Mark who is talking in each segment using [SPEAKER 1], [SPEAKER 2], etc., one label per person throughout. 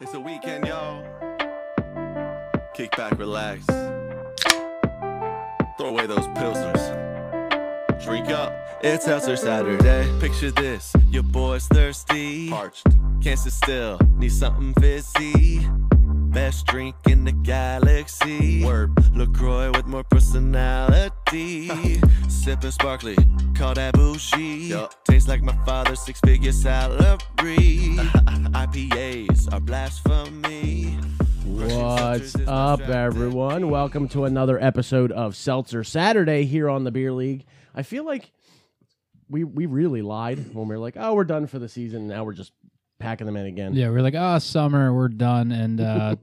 [SPEAKER 1] It's a weekend, y'all. Kick back, relax. Throw away those pilsners. Drink up. It's Hustler Saturday. Picture this, your boy's thirsty. Parched. Can't sit still, need something fizzy. Best drink in the galaxy. Word. LaCroix with more personality. Sipping sparkly, call that bougie. Tastes like my father's six figure salary. IPAs are blasphemy.
[SPEAKER 2] What's up, everyone? Welcome to another episode of Seltzer Saturday here on the Beer League. I feel like we we really lied when we were like, "Oh, we're done for the season." Now we're just packing them in again.
[SPEAKER 3] Yeah, we are like, ah, summer, we're done, and uh,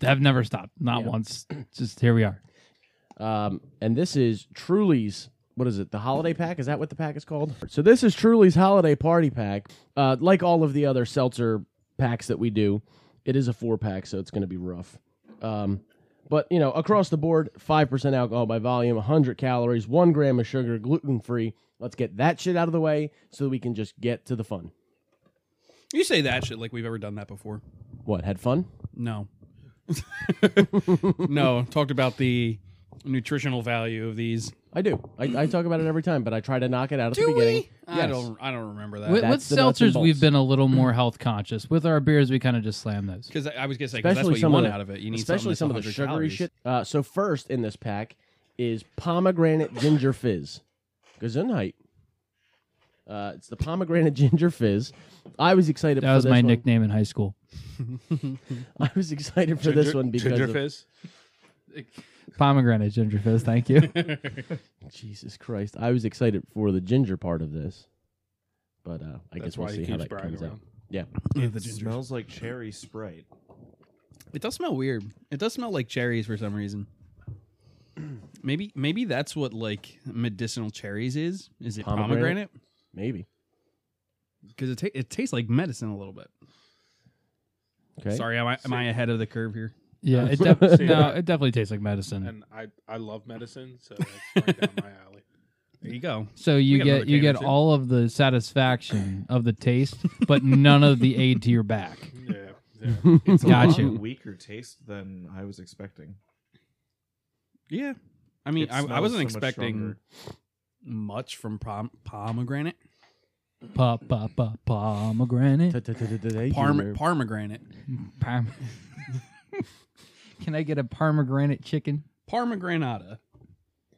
[SPEAKER 3] have never stopped, not
[SPEAKER 2] Yeah.
[SPEAKER 3] once. Just here we are.
[SPEAKER 2] Um, and this is Truly's. What is it? The holiday pack? Is that what the pack is called? So this is Truly's holiday party pack. Uh, like all of the other seltzer packs that we do, it is a four pack, so it's going to be rough. Um, but you know, across the board, five percent alcohol by volume, 100 calories, one gram of sugar, gluten free. Let's get that shit out of the way so that we can just get to the fun.
[SPEAKER 4] You say that shit like we've ever done that before.
[SPEAKER 2] What? Had fun?
[SPEAKER 4] No. no, talked about the nutritional value of these.
[SPEAKER 2] I do. I, I talk about it every time, but I try to knock it out at the beginning.
[SPEAKER 4] I
[SPEAKER 2] Yes.
[SPEAKER 4] don't I don't remember
[SPEAKER 3] With,
[SPEAKER 4] that.
[SPEAKER 3] with
[SPEAKER 2] that's the nuts and
[SPEAKER 3] seltzers, we've
[SPEAKER 2] bolts.
[SPEAKER 3] been a little more health conscious. With our beers, we kind of just slam those.
[SPEAKER 4] Cuz I, I was going to say 'cause that's
[SPEAKER 2] especially
[SPEAKER 4] what you
[SPEAKER 2] some
[SPEAKER 4] want
[SPEAKER 2] of the,
[SPEAKER 4] out of it. You need
[SPEAKER 2] especially some
[SPEAKER 4] something
[SPEAKER 2] of the
[SPEAKER 4] that's
[SPEAKER 2] sugary
[SPEAKER 4] 100 calories.
[SPEAKER 2] shit. Uh, so first in this pack is pomegranate ginger fizz, Gesundheit. Uh, it's the pomegranate ginger fizz. I was excited.
[SPEAKER 3] That
[SPEAKER 2] for
[SPEAKER 3] was
[SPEAKER 2] this
[SPEAKER 3] my
[SPEAKER 2] one.
[SPEAKER 3] nickname in high school.
[SPEAKER 2] I was excited for this one because of,
[SPEAKER 5] fizz.
[SPEAKER 3] Pomegranate ginger fizz, thank you.
[SPEAKER 2] Jesus Christ, I was excited for the ginger part of this, but uh, I guess
[SPEAKER 5] That's
[SPEAKER 2] we'll
[SPEAKER 5] why he
[SPEAKER 2] see how
[SPEAKER 5] keeps
[SPEAKER 2] that
[SPEAKER 5] bragging
[SPEAKER 2] comes out.
[SPEAKER 5] around.
[SPEAKER 2] Yeah,
[SPEAKER 4] Yeah, the
[SPEAKER 5] It
[SPEAKER 4] ginger.
[SPEAKER 5] smells like cherry Sprite.
[SPEAKER 4] It does smell weird. It does smell like cherries for some reason. Maybe maybe that's what like medicinal cherries is. Is it
[SPEAKER 2] Pomegranate?
[SPEAKER 4] pomegranate?
[SPEAKER 2] maybe.
[SPEAKER 4] Because it, ta- it tastes like medicine a little bit.
[SPEAKER 2] Okay.
[SPEAKER 4] Sorry, am I, am I ahead of the curve here?
[SPEAKER 3] Yeah, it def- no, it definitely tastes like medicine.
[SPEAKER 5] And I, I love medicine, so it's right down my alley.
[SPEAKER 4] There you go.
[SPEAKER 3] So you
[SPEAKER 4] got
[SPEAKER 3] get
[SPEAKER 4] another
[SPEAKER 3] you
[SPEAKER 4] can or
[SPEAKER 3] get
[SPEAKER 4] two.
[SPEAKER 3] all of the satisfaction of the taste, but none of the aid to your back.
[SPEAKER 5] Yeah. yeah. It's a
[SPEAKER 3] Got
[SPEAKER 5] lot
[SPEAKER 3] you.
[SPEAKER 5] weaker taste than I was expecting.
[SPEAKER 4] Yeah. I mean,
[SPEAKER 5] It
[SPEAKER 4] I, I
[SPEAKER 5] smells
[SPEAKER 4] wasn't
[SPEAKER 5] so much
[SPEAKER 4] expecting
[SPEAKER 5] stronger.
[SPEAKER 4] much from pom- pomegranate.
[SPEAKER 3] Pa pa pa pomegranate.
[SPEAKER 4] Parm- pomegranate.
[SPEAKER 3] Parm- Can I get a pomegranate chicken?
[SPEAKER 4] Parmagranata.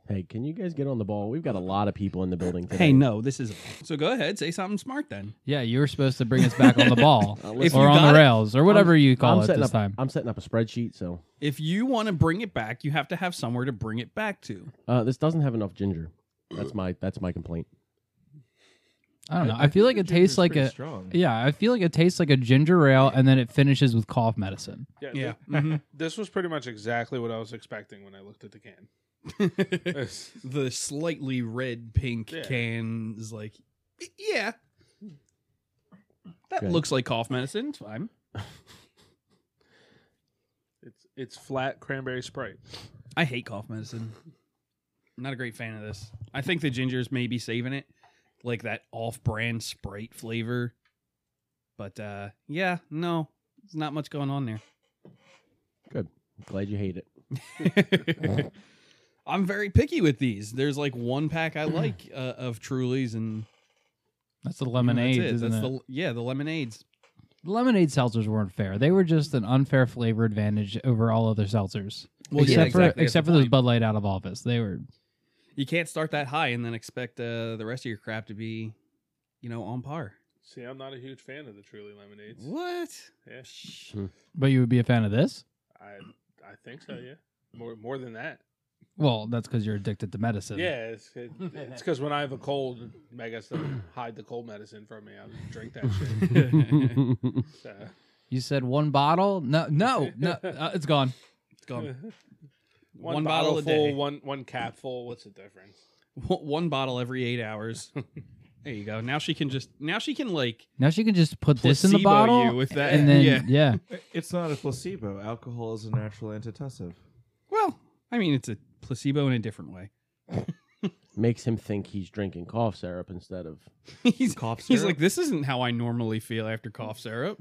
[SPEAKER 2] Hey, can you guys get on the ball? We've got a lot of people in the building today.
[SPEAKER 4] Hey, no, this is. So go ahead, say something smart then.
[SPEAKER 3] Yeah, you were supposed to bring us back on the ball
[SPEAKER 4] If you
[SPEAKER 3] or on
[SPEAKER 4] got
[SPEAKER 3] the
[SPEAKER 4] it-
[SPEAKER 3] rails or whatever you
[SPEAKER 2] I'm
[SPEAKER 3] call it
[SPEAKER 2] setting
[SPEAKER 3] this
[SPEAKER 2] up,
[SPEAKER 3] time.
[SPEAKER 2] I'm setting up a spreadsheet, so
[SPEAKER 4] If you want to bring it back, you have to have somewhere to bring it back to.
[SPEAKER 2] Uh, this doesn't have enough ginger. That's my that's my complaint.
[SPEAKER 3] I don't know. I feel like it
[SPEAKER 5] Ginger's
[SPEAKER 3] tastes like
[SPEAKER 5] pretty
[SPEAKER 3] a
[SPEAKER 5] strong.
[SPEAKER 3] yeah. I feel like it tastes like a ginger ale, and then it finishes with cough medicine.
[SPEAKER 6] Yeah.
[SPEAKER 4] Yeah.
[SPEAKER 6] thi- This was pretty much exactly what I was expecting when I looked at the can.
[SPEAKER 4] Mhm.
[SPEAKER 6] It's-
[SPEAKER 4] the slightly red pink
[SPEAKER 6] Yeah.
[SPEAKER 4] can is like, "Y- yeah. That
[SPEAKER 2] Okay.
[SPEAKER 4] looks like cough medicine. It's fine.
[SPEAKER 6] it's it's flat cranberry sprite.
[SPEAKER 4] I hate cough medicine. I'm not a great fan of this. I think the gingers may be saving it, like that off-brand Sprite flavor. But uh yeah, no, there's not much going on there.
[SPEAKER 2] Glad you hate it.
[SPEAKER 4] I'm very picky with these. There's like one pack
[SPEAKER 3] Hmm.
[SPEAKER 4] I like uh, of Truly's and
[SPEAKER 3] That's the
[SPEAKER 4] you know, that's
[SPEAKER 3] lemonade,
[SPEAKER 4] it.
[SPEAKER 3] isn't
[SPEAKER 4] That's
[SPEAKER 3] it?
[SPEAKER 4] The, yeah, the lemonades.
[SPEAKER 3] The lemonade seltzers weren't fair. They were just an unfair flavor advantage over all other seltzers. except for
[SPEAKER 4] that's
[SPEAKER 3] except
[SPEAKER 4] the
[SPEAKER 3] for those
[SPEAKER 4] point.
[SPEAKER 3] Bud Light out of office. They were
[SPEAKER 4] you can't start that high and then expect uh, the rest of your crap to be, you know, on par.
[SPEAKER 6] See, I'm not a huge fan of the Truly lemonades.
[SPEAKER 4] What?
[SPEAKER 6] Yeah,
[SPEAKER 3] but you would be a fan of this?
[SPEAKER 6] I I think so. Yeah, more more than that.
[SPEAKER 3] Well, that's because you're addicted to medicine.
[SPEAKER 6] Yeah, it's it, it's because when I have a cold, I guess they hide the cold medicine from me. I drink that shit.
[SPEAKER 4] it's
[SPEAKER 6] So.
[SPEAKER 3] You said one bottle? No, no, no. Uh, it's gone.
[SPEAKER 4] gone.
[SPEAKER 6] One,
[SPEAKER 4] One
[SPEAKER 6] bottle,
[SPEAKER 4] bottle a
[SPEAKER 6] full,
[SPEAKER 4] day.
[SPEAKER 6] one one cap full. What's the difference?
[SPEAKER 4] One bottle every eight hours. There you go. Now she can just. Now she can like.
[SPEAKER 3] Now she can just put this in the
[SPEAKER 4] placebo
[SPEAKER 3] bottle
[SPEAKER 4] you with that.
[SPEAKER 3] and then
[SPEAKER 4] yeah.
[SPEAKER 3] yeah.
[SPEAKER 5] It's not a placebo. Alcohol is a natural antitussive.
[SPEAKER 4] Well, I mean, it's a placebo in a different way.
[SPEAKER 2] Makes him think he's drinking cough syrup instead of
[SPEAKER 4] he's
[SPEAKER 5] Cough syrup.
[SPEAKER 4] he's like, this isn't how I normally feel after cough syrup.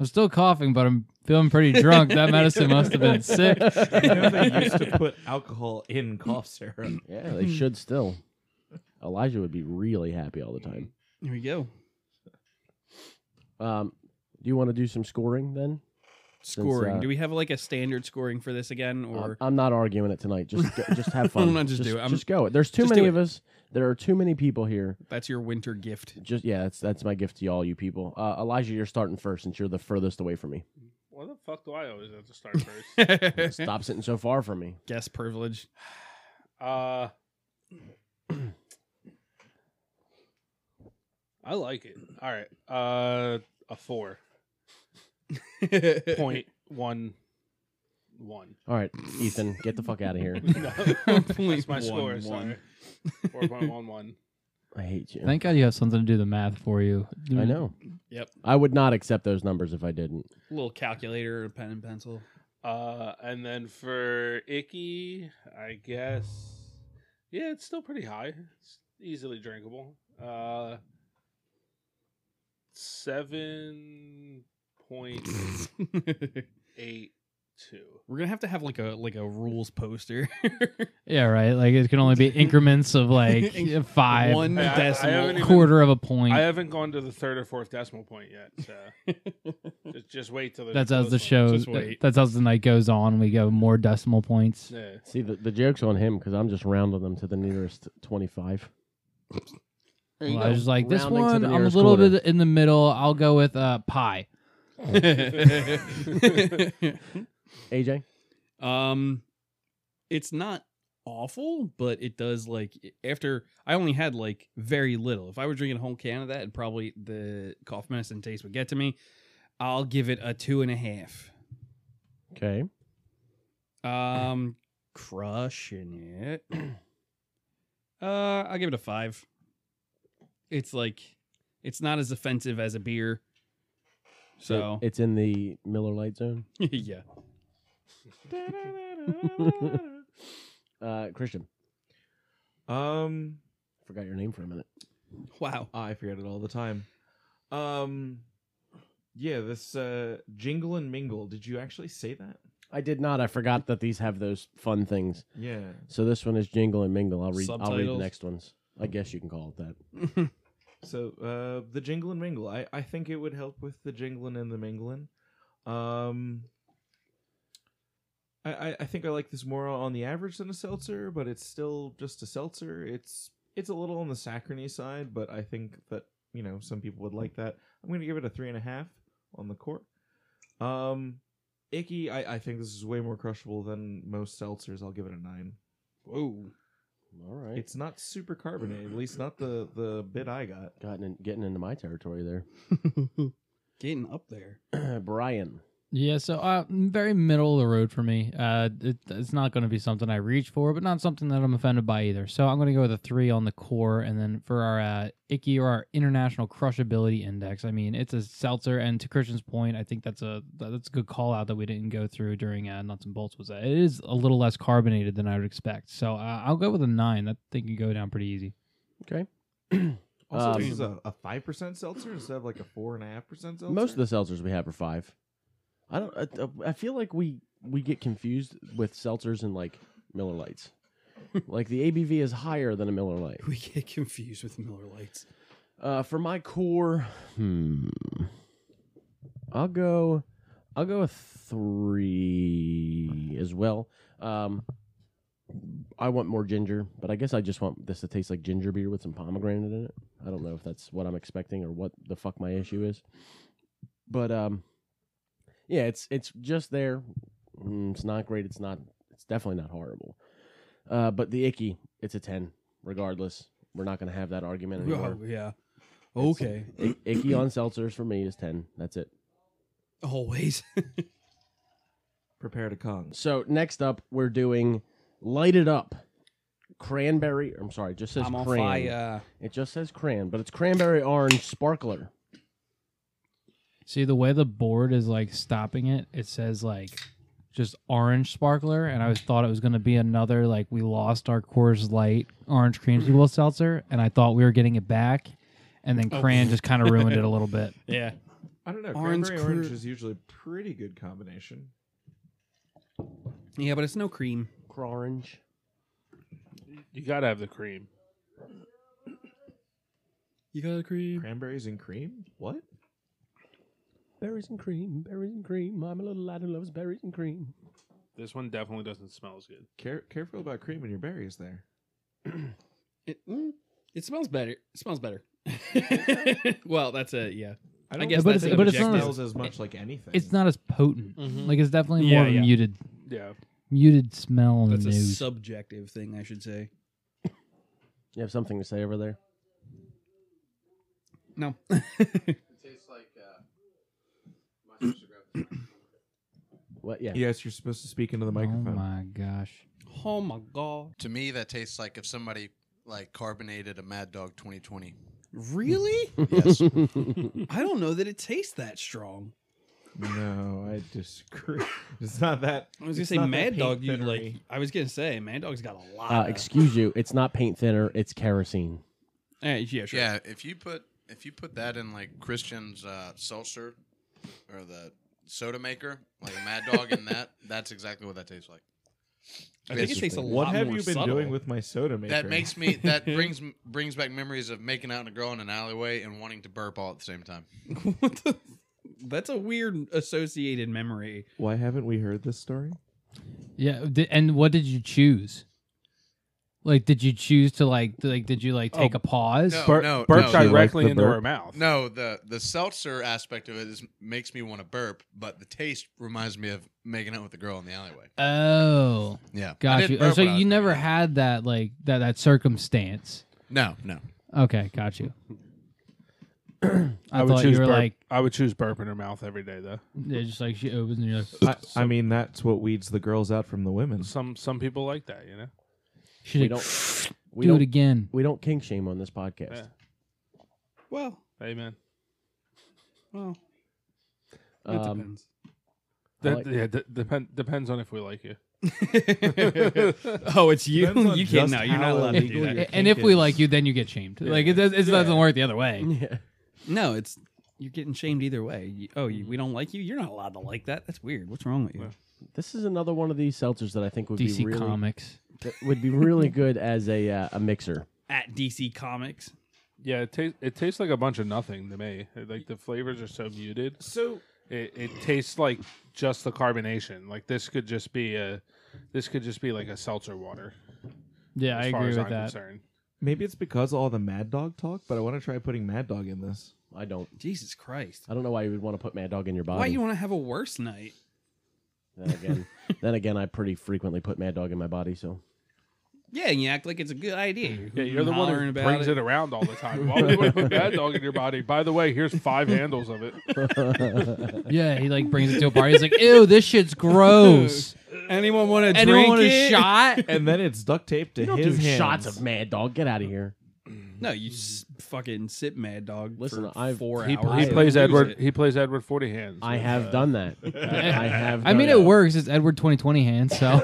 [SPEAKER 3] I'm still coughing, but I'm feeling pretty drunk. That medicine must have been sick.
[SPEAKER 5] You know they used to put alcohol in cough syrup.
[SPEAKER 2] Yeah, they should still. Elijah would be really happy all the time.
[SPEAKER 4] Here we go.
[SPEAKER 2] Um, do you want to do some scoring then? Since,
[SPEAKER 4] Scoring.
[SPEAKER 2] uh,
[SPEAKER 4] do we have like a standard scoring for this again, or
[SPEAKER 2] I'm not arguing it tonight. Just go, just have fun.
[SPEAKER 4] No, no, just do it. I'm-
[SPEAKER 2] just go. There's too
[SPEAKER 4] just do
[SPEAKER 2] many
[SPEAKER 4] it.
[SPEAKER 2] of us. There are too many people here.
[SPEAKER 4] that's your winter gift?
[SPEAKER 2] Just yeah, that's that's my gift to all you people. Uh, Elijah, you're starting first since you're the furthest away from me.
[SPEAKER 6] Why the fuck do I always have to start first?
[SPEAKER 4] Guest
[SPEAKER 2] Stop sitting so far from me.
[SPEAKER 4] privilege.
[SPEAKER 6] uh, I like it. All right. Uh, a four point one one.
[SPEAKER 2] All right, Ethan, get the fuck out of here.
[SPEAKER 6] No,
[SPEAKER 4] Point
[SPEAKER 6] that's my
[SPEAKER 4] one
[SPEAKER 6] score.
[SPEAKER 4] one.
[SPEAKER 6] Sorry, four point one one.
[SPEAKER 2] I hate you.
[SPEAKER 3] Thank God you have something to do the math for you.
[SPEAKER 2] I know.
[SPEAKER 4] Yep.
[SPEAKER 2] I would not accept those numbers if I didn't.
[SPEAKER 4] little calculator, a pen and pencil.
[SPEAKER 6] Uh, and then for Icky, I guess, yeah, it's still pretty high. It's easily drinkable. Uh, seven point eight two.
[SPEAKER 4] We're gonna have to have like a like a rules poster.
[SPEAKER 3] Yeah, right. Like it can only be increments of like
[SPEAKER 4] Inc-
[SPEAKER 3] five,
[SPEAKER 4] One
[SPEAKER 6] I- I- I haven't
[SPEAKER 4] decimal.
[SPEAKER 6] even-
[SPEAKER 3] quarter of a point.
[SPEAKER 6] I haven't gone to the third or fourth decimal point yet, so just, just wait till there's
[SPEAKER 3] That's
[SPEAKER 6] a
[SPEAKER 3] as the
[SPEAKER 6] close one.
[SPEAKER 3] show.
[SPEAKER 4] Just wait.
[SPEAKER 3] That's as the night goes on. We go more decimal points.
[SPEAKER 6] Yeah.
[SPEAKER 2] See, the, the joke's on him because I'm just rounding them to the nearest 25.
[SPEAKER 4] There
[SPEAKER 3] Well, I was just like, this
[SPEAKER 2] Rounding to
[SPEAKER 3] one,
[SPEAKER 2] the
[SPEAKER 3] I'm a
[SPEAKER 2] nearest
[SPEAKER 3] little
[SPEAKER 2] quarter.
[SPEAKER 3] bit in the middle. I'll go with uh, pie.
[SPEAKER 2] AJ?
[SPEAKER 4] um, it's not awful, but it does like e, after I only had like very little. If I were drinking a whole can of that, and probably the cough medicine taste would get to me. I'll give it a two and a half.
[SPEAKER 2] Okay.
[SPEAKER 4] Um, crushing it. Uh, I'll give it a five. It's like, it's not as offensive as a beer. So
[SPEAKER 2] It's in the Miller Light zone.
[SPEAKER 4] yeah,
[SPEAKER 2] uh, Christian,
[SPEAKER 5] Um, ah,
[SPEAKER 2] forgot your name for a minute.
[SPEAKER 4] wow.
[SPEAKER 5] I forget it all the time. Um, yeah, this uh, jingle and mingle. Did you actually say that?
[SPEAKER 2] I did not. I forgot that these have those fun things.
[SPEAKER 5] Yeah.
[SPEAKER 2] So this one is Jingle and Mingle. I'll read. I'll read the
[SPEAKER 4] Subtitles.
[SPEAKER 2] next ones. I guess you can call it that.
[SPEAKER 5] So uh, the jingle and mingle. I I think it would help with the jingling and the mingling. Um. I, I- I think I like this more on the average than a seltzer, but it's still just a seltzer. It's it's a little on the saccharine side, but I think that you know some people would like that. I'm gonna give it a three and a half on the court. Um, icky. I, I think this is way more crushable than most seltzers. I'll give it a nine.
[SPEAKER 4] Whoa.
[SPEAKER 2] All right.
[SPEAKER 5] It's not super carbonated, at least not the the bit I got.
[SPEAKER 2] gotten in, getting into my territory
[SPEAKER 4] Getting up there.
[SPEAKER 2] there. Brian.
[SPEAKER 3] Yeah, so uh, very middle of the road for me. Uh, it, it's not going to be something I reach for, but not something that I'm offended by either. So I'm going to go with a three on the core, and then for our uh, icky or our international crushability index, I mean it's a seltzer. And to Christian's point, I think that's a that- that's a good call out that we didn't go through during uh, nuts and bolts. Was that it is a little less carbonated than I would expect. So uh, I'll go with a nine. That thing can go down pretty easy.
[SPEAKER 2] Okay.
[SPEAKER 5] Also,
[SPEAKER 2] Um,
[SPEAKER 5] this is a a five percent seltzer instead of like a four and a half percent seltzer.
[SPEAKER 2] Most of the seltzers we have are five. I don't. I, I feel like we we get confused with seltzers and like Miller Lights. like the ABV is higher than a Miller Light.
[SPEAKER 4] We get confused with Miller Lights.
[SPEAKER 2] Uh, for my core, hmm, I'll go. I'll go a three as well. Um, I want more ginger, but I guess I just want this to taste like ginger beer with some pomegranate in it. I don't know if that's what I'm expecting or what the fuck my issue is, but um, yeah, it's it's just there. Mm, it's not great. It's not. It's definitely not horrible. Uh, but the icky, it's a ten regardless. We're not gonna have that argument anymore.
[SPEAKER 4] yeah. Okay.
[SPEAKER 2] I- Icky on seltzers for me is 10. That's it.
[SPEAKER 4] Always.
[SPEAKER 5] prepare to Kong.
[SPEAKER 2] So next up, we're doing Light It Up. Cranberry. I'm sorry, it just says
[SPEAKER 4] I'm on
[SPEAKER 2] cran.
[SPEAKER 4] fire.
[SPEAKER 2] It just says cran, but it's cranberry orange sparkler.
[SPEAKER 3] See the way the board is like stopping it. It says like just orange sparkler, and I was thought it was going to be another like we lost our Coors Light orange cream Sequel seltzer, and I thought we were getting it back, and then Cran just kind of ruined it a little bit.
[SPEAKER 4] Yeah.
[SPEAKER 5] I don't know.
[SPEAKER 4] Orange
[SPEAKER 5] Cranberry orange
[SPEAKER 4] cru-
[SPEAKER 5] is usually a pretty good combination.
[SPEAKER 4] Yeah, but it's no cream.
[SPEAKER 2] Orange.
[SPEAKER 6] You gotta have the cream.
[SPEAKER 4] You got a cream.
[SPEAKER 5] Cranberries and cream? What?
[SPEAKER 2] Berries and cream, berries and cream. I'm a little lad who loves berries and cream.
[SPEAKER 6] This one definitely doesn't smell as good.
[SPEAKER 5] Care- careful about cream and your berries there.
[SPEAKER 4] It, mm, it smells better. It smells better. well, that's it. Yeah.
[SPEAKER 5] I,
[SPEAKER 4] guess
[SPEAKER 5] think
[SPEAKER 3] that's
[SPEAKER 5] it
[SPEAKER 3] but it's not as-
[SPEAKER 5] smells as much like anything.
[SPEAKER 3] It's not as potent.
[SPEAKER 6] Mhm.
[SPEAKER 3] Like it's definitely more
[SPEAKER 4] Mm-hmm. Yeah, yeah.
[SPEAKER 3] muted,
[SPEAKER 6] Yeah.
[SPEAKER 3] muted smell on
[SPEAKER 4] That's
[SPEAKER 3] the
[SPEAKER 4] a
[SPEAKER 3] nose.
[SPEAKER 4] subjective thing, I should say.
[SPEAKER 2] You have something to say over there?
[SPEAKER 4] No.
[SPEAKER 2] What? Yeah.
[SPEAKER 5] Yes, you're supposed to speak into the microphone.
[SPEAKER 3] Oh my gosh!
[SPEAKER 4] oh my god.
[SPEAKER 7] To me, that tastes like if somebody like carbonated a Mad Dog 2020.
[SPEAKER 4] Really?
[SPEAKER 7] Yes.
[SPEAKER 2] Uh,
[SPEAKER 4] I don't know that it tastes that strong.
[SPEAKER 5] No, I disagree. It's not that.
[SPEAKER 4] I was gonna
[SPEAKER 5] it's
[SPEAKER 4] say
[SPEAKER 5] not that
[SPEAKER 4] Mad
[SPEAKER 5] paint
[SPEAKER 4] Dog. You
[SPEAKER 5] thinnery.
[SPEAKER 4] like? I was gonna say Mad Dog's got a lot.
[SPEAKER 2] Uh,
[SPEAKER 4] of-
[SPEAKER 2] excuse you. It's not paint thinner. It's kerosene.
[SPEAKER 4] Eh, yeah, sure.
[SPEAKER 7] Yeah, if you put if you put that in like Christian's uh, seltzer or the soda maker, like a Mad Dog in that, that's exactly what that tastes like.
[SPEAKER 4] I think it tastes a lot
[SPEAKER 5] What have
[SPEAKER 4] more
[SPEAKER 5] you been
[SPEAKER 4] subtle.
[SPEAKER 5] doing with my soda maker?
[SPEAKER 7] That makes me that brings brings back memories of making out on a girl in an alleyway and wanting to burp all at the same time.
[SPEAKER 4] What the- That's a weird associated memory.
[SPEAKER 5] Why haven't we heard this story?
[SPEAKER 3] Yeah, di- and what did you choose? Like, did you choose to like, like, did you like take
[SPEAKER 6] Oh,
[SPEAKER 3] a pause?
[SPEAKER 7] no.
[SPEAKER 6] Burp,
[SPEAKER 7] no,
[SPEAKER 6] burp
[SPEAKER 7] no.
[SPEAKER 6] directly
[SPEAKER 5] Like
[SPEAKER 6] into
[SPEAKER 5] the burp?
[SPEAKER 6] her mouth.
[SPEAKER 7] No, the the seltzer aspect of it is, makes me want to burp, but the taste reminds me of making out with a girl in the alleyway.
[SPEAKER 3] Oh,
[SPEAKER 7] Yeah, I
[SPEAKER 3] got
[SPEAKER 7] didn't
[SPEAKER 3] you. Oh,
[SPEAKER 7] burp
[SPEAKER 3] So
[SPEAKER 7] when I was
[SPEAKER 3] you never
[SPEAKER 7] making out.
[SPEAKER 3] had that like that that circumstance.
[SPEAKER 7] No, no.
[SPEAKER 3] Okay, got you. I,
[SPEAKER 6] I, would
[SPEAKER 3] thought you
[SPEAKER 6] choose
[SPEAKER 3] were
[SPEAKER 6] burp.
[SPEAKER 3] like,
[SPEAKER 6] I would choose burp in her mouth every day though.
[SPEAKER 3] yeah, just like she opens and you're like,
[SPEAKER 5] I, I mean, that's what weeds the girls out from the women.
[SPEAKER 6] Some some people like that, you know.
[SPEAKER 3] she's
[SPEAKER 2] We
[SPEAKER 3] like,
[SPEAKER 2] don't. We
[SPEAKER 3] do
[SPEAKER 2] don't.
[SPEAKER 3] it again.
[SPEAKER 2] we don't kink shame on this podcast.
[SPEAKER 6] Yeah.
[SPEAKER 4] Well,
[SPEAKER 6] Amen.
[SPEAKER 4] well, it
[SPEAKER 2] Um,
[SPEAKER 4] depends.
[SPEAKER 2] I
[SPEAKER 6] That,
[SPEAKER 2] like-
[SPEAKER 6] yeah, d- depend depends on if we like you.
[SPEAKER 4] oh, it's you.
[SPEAKER 5] Depends on
[SPEAKER 4] You can't.
[SPEAKER 5] just
[SPEAKER 4] No, you're not
[SPEAKER 5] how
[SPEAKER 4] allowed to do
[SPEAKER 5] illegal
[SPEAKER 4] that.
[SPEAKER 5] your
[SPEAKER 3] and if
[SPEAKER 5] kink
[SPEAKER 3] we
[SPEAKER 5] is.
[SPEAKER 3] like you, then you get shamed. Like it, does, it doesn't work the other way.
[SPEAKER 2] Yeah.
[SPEAKER 4] No, it's you're getting shamed either way. You- oh,
[SPEAKER 5] Mm.
[SPEAKER 4] you, we don't like you. You're not allowed to like that. That's weird. What's wrong with you?
[SPEAKER 2] This is another one of these seltzers that I think would
[SPEAKER 3] DC
[SPEAKER 2] be really
[SPEAKER 3] Comics.
[SPEAKER 2] that would be really good as a uh, a mixer.
[SPEAKER 4] At DC Comics.
[SPEAKER 6] Yeah, it tastes it tastes like a bunch of nothing to me. It- Like the flavors are so muted.
[SPEAKER 5] So
[SPEAKER 6] It, it tastes like just the carbonation. Like this could just be a this could just be like a seltzer water.
[SPEAKER 3] Yeah,
[SPEAKER 6] as
[SPEAKER 3] I
[SPEAKER 6] far
[SPEAKER 3] agree
[SPEAKER 6] as
[SPEAKER 3] with
[SPEAKER 6] I'm
[SPEAKER 3] that.
[SPEAKER 6] concerned.
[SPEAKER 5] maybe it's because of all the Mad Dog talk, but I want to try putting Mad Dog in this.
[SPEAKER 2] I don't.
[SPEAKER 4] Jesus Christ.
[SPEAKER 2] I don't know why you would want to put Mad Dog in your body.
[SPEAKER 4] Why you want to have a worse night?
[SPEAKER 2] then again, then again, I pretty frequently put Mad Dog in my body, so
[SPEAKER 4] Yeah, and you act like it's a good idea.
[SPEAKER 6] Yeah, you're the one
[SPEAKER 4] hollering
[SPEAKER 6] who
[SPEAKER 4] about
[SPEAKER 6] brings it. around all the time. Why would you want to put Mad Dog in your body? By the way, here's five handles of it.
[SPEAKER 3] Yeah, he like brings it to a party. He's like, ew, this shit's gross.
[SPEAKER 4] Anyone want to drink
[SPEAKER 3] Anyone want a
[SPEAKER 4] it?
[SPEAKER 3] shot?
[SPEAKER 5] And then it's duct taped to
[SPEAKER 2] you don't
[SPEAKER 5] his
[SPEAKER 2] do
[SPEAKER 5] hands.
[SPEAKER 2] shots of Mad Dog. Get out of here.
[SPEAKER 4] No, you s- fucking sip Mad Dog
[SPEAKER 2] Listen,
[SPEAKER 4] for
[SPEAKER 2] I've-
[SPEAKER 4] four
[SPEAKER 6] He,
[SPEAKER 4] hours.
[SPEAKER 6] he
[SPEAKER 4] and
[SPEAKER 6] plays
[SPEAKER 4] lose
[SPEAKER 6] Edward.
[SPEAKER 4] it.
[SPEAKER 6] He plays Edward Forty Hands.
[SPEAKER 2] I
[SPEAKER 6] with,
[SPEAKER 2] have
[SPEAKER 6] uh,
[SPEAKER 2] done that. I have.
[SPEAKER 3] I mean,
[SPEAKER 2] done
[SPEAKER 3] it
[SPEAKER 2] that.
[SPEAKER 3] works. It's Edward 2020 hands, so.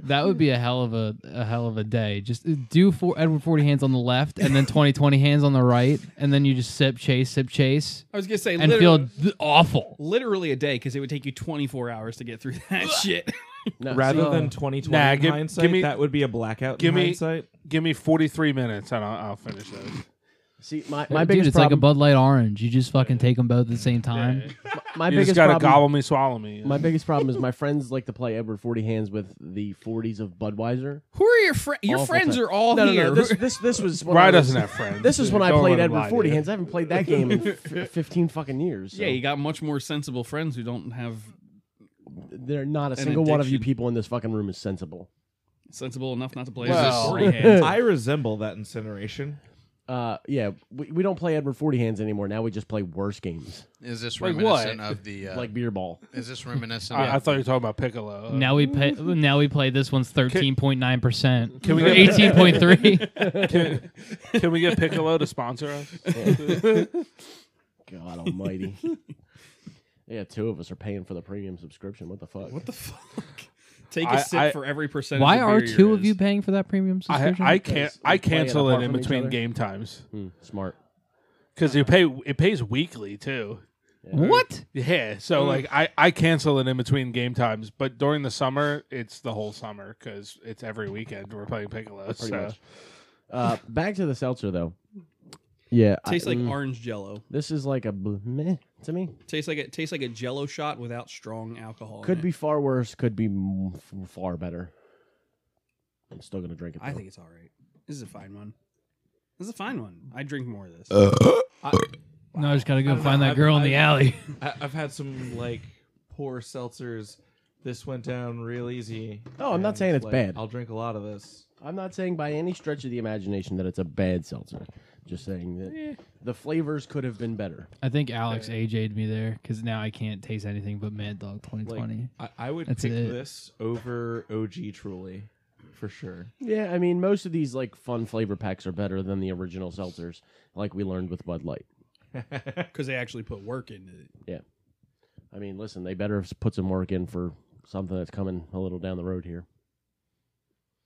[SPEAKER 3] that would be a hell of a, a hell of a day. Just uh, do for Edward 40 hands on the left and then 2020 hands on the right, and then you just sip, chase, sip, chase,
[SPEAKER 4] I was gonna say
[SPEAKER 3] and
[SPEAKER 4] literally,
[SPEAKER 3] feel th- awful.
[SPEAKER 4] literally a day because it would take you 24 hours to get through that shit.
[SPEAKER 2] No,
[SPEAKER 5] Rather
[SPEAKER 2] see, um,
[SPEAKER 5] than 2020
[SPEAKER 6] Nah,
[SPEAKER 5] in
[SPEAKER 6] give-
[SPEAKER 5] hindsight,
[SPEAKER 6] give me-
[SPEAKER 5] that would be a blackout
[SPEAKER 6] give
[SPEAKER 5] in
[SPEAKER 6] me-
[SPEAKER 5] hindsight.
[SPEAKER 6] Give me forty three minutes, and I'll, I'll finish those.
[SPEAKER 2] see, my, my
[SPEAKER 3] Dude,
[SPEAKER 2] biggest
[SPEAKER 3] it's like a
[SPEAKER 2] problem.
[SPEAKER 3] Bud Light orange. You just fucking take them both at the same time.
[SPEAKER 2] my
[SPEAKER 6] you
[SPEAKER 2] biggest
[SPEAKER 6] just gotta
[SPEAKER 2] problem.
[SPEAKER 6] gobble me, swallow me.
[SPEAKER 2] My biggest problem is my friends like to play Edward Forty Hands with the forties of Budweiser.
[SPEAKER 4] Who are your friends? Your
[SPEAKER 2] Awful
[SPEAKER 4] friends
[SPEAKER 2] time.
[SPEAKER 4] are all
[SPEAKER 2] No, no,
[SPEAKER 4] here.
[SPEAKER 2] no. This this this was when I
[SPEAKER 6] Rye
[SPEAKER 2] was-
[SPEAKER 6] doesn't have friends.
[SPEAKER 2] This is when I
[SPEAKER 6] Don't
[SPEAKER 2] played
[SPEAKER 6] let him lie
[SPEAKER 2] Edward
[SPEAKER 6] to
[SPEAKER 2] Forty
[SPEAKER 6] you.
[SPEAKER 2] Hands. I haven't played that game in f- fifteen fucking years. so
[SPEAKER 4] yeah, you got much more sensible friends who don't have
[SPEAKER 2] there not a single one of you
[SPEAKER 4] addiction.
[SPEAKER 2] people in this fucking room is sensible.
[SPEAKER 4] sensible enough not to play
[SPEAKER 6] Well.
[SPEAKER 4] as a hands.
[SPEAKER 5] I resemble that incineration.
[SPEAKER 2] Uh, yeah, we, we don't play Edward Forty Hands anymore. Now we just play worse games
[SPEAKER 7] Is this
[SPEAKER 6] Like
[SPEAKER 7] reminiscent
[SPEAKER 6] what?
[SPEAKER 7] of the? Uh,
[SPEAKER 2] like beer ball.
[SPEAKER 7] is this reminiscent?
[SPEAKER 6] I, I
[SPEAKER 7] of
[SPEAKER 6] thought you were talking about Piccolo. Uh,
[SPEAKER 3] Now we pay, now we play this one's 13.9%.
[SPEAKER 6] Can we
[SPEAKER 3] Or
[SPEAKER 6] get-
[SPEAKER 3] 18.3?
[SPEAKER 6] can, can we get Piccolo to sponsor us?
[SPEAKER 2] God Almighty. yeah, two of us are paying for the premium subscription. What the fuck?
[SPEAKER 4] What the fuck? Take a
[SPEAKER 6] I-
[SPEAKER 4] sip
[SPEAKER 6] I-
[SPEAKER 4] for every percent.
[SPEAKER 3] Why
[SPEAKER 4] of
[SPEAKER 3] are
[SPEAKER 4] beer you're
[SPEAKER 3] two of
[SPEAKER 4] in.
[SPEAKER 3] you paying for that premium
[SPEAKER 6] I,
[SPEAKER 3] subscription?
[SPEAKER 6] I can't.
[SPEAKER 2] Because
[SPEAKER 6] I
[SPEAKER 2] we play it
[SPEAKER 6] cancel it
[SPEAKER 2] apart
[SPEAKER 6] in
[SPEAKER 2] from each
[SPEAKER 6] between
[SPEAKER 2] other.
[SPEAKER 6] game times
[SPEAKER 2] Hmm, smart.
[SPEAKER 6] because you pay. It pays weekly too. Mm.
[SPEAKER 3] what?
[SPEAKER 6] Yeah, so like I I cancel it in between game times, but during the summer it's the whole summer because it's every weekend we're playing Piccolo.
[SPEAKER 2] Pretty
[SPEAKER 6] so.
[SPEAKER 2] much. Uh, back to the seltzer though. Yeah, I-
[SPEAKER 4] Tastes like
[SPEAKER 2] mm,
[SPEAKER 4] orange Jello.
[SPEAKER 2] this is like a bl- meh to me.
[SPEAKER 4] Tastes like it tastes like a Jello shot without strong alcohol. in
[SPEAKER 2] Could
[SPEAKER 4] it.
[SPEAKER 2] be far worse. Could be m- f- far better. I'm still gonna drink it.
[SPEAKER 4] I
[SPEAKER 2] though.
[SPEAKER 4] think it's all right. This is a fine one. This is a fine one. I drink more of this.
[SPEAKER 3] No, I just gotta
[SPEAKER 5] I
[SPEAKER 3] go
[SPEAKER 5] don't
[SPEAKER 3] find
[SPEAKER 5] know.
[SPEAKER 3] that
[SPEAKER 5] I've-
[SPEAKER 3] girl in the
[SPEAKER 5] I've-
[SPEAKER 3] alley.
[SPEAKER 5] I, I've had some like poor seltzers. This went down real easy.
[SPEAKER 2] No, Oh, I'm not
[SPEAKER 5] and,
[SPEAKER 2] saying it's
[SPEAKER 5] like,
[SPEAKER 2] bad.
[SPEAKER 5] I'll drink a lot of this.
[SPEAKER 2] I'm not saying by any stretch of the imagination that it's a bad seltzer. Just saying that
[SPEAKER 4] Eh.
[SPEAKER 2] the flavors could have been better.
[SPEAKER 3] I think Alex AJ'd me there because now I can't taste anything but Mad Dog 2020.
[SPEAKER 5] I, I would
[SPEAKER 3] That's
[SPEAKER 5] pick
[SPEAKER 3] it.
[SPEAKER 5] this over OG Truly for sure.
[SPEAKER 2] Yeah, I mean, most of these like fun flavor packs are better than the original seltzers, like we learned with Bud Light.
[SPEAKER 4] Because they actually put work into it.
[SPEAKER 2] I mean, listen, they better put some work in for something that's coming a little down the road here.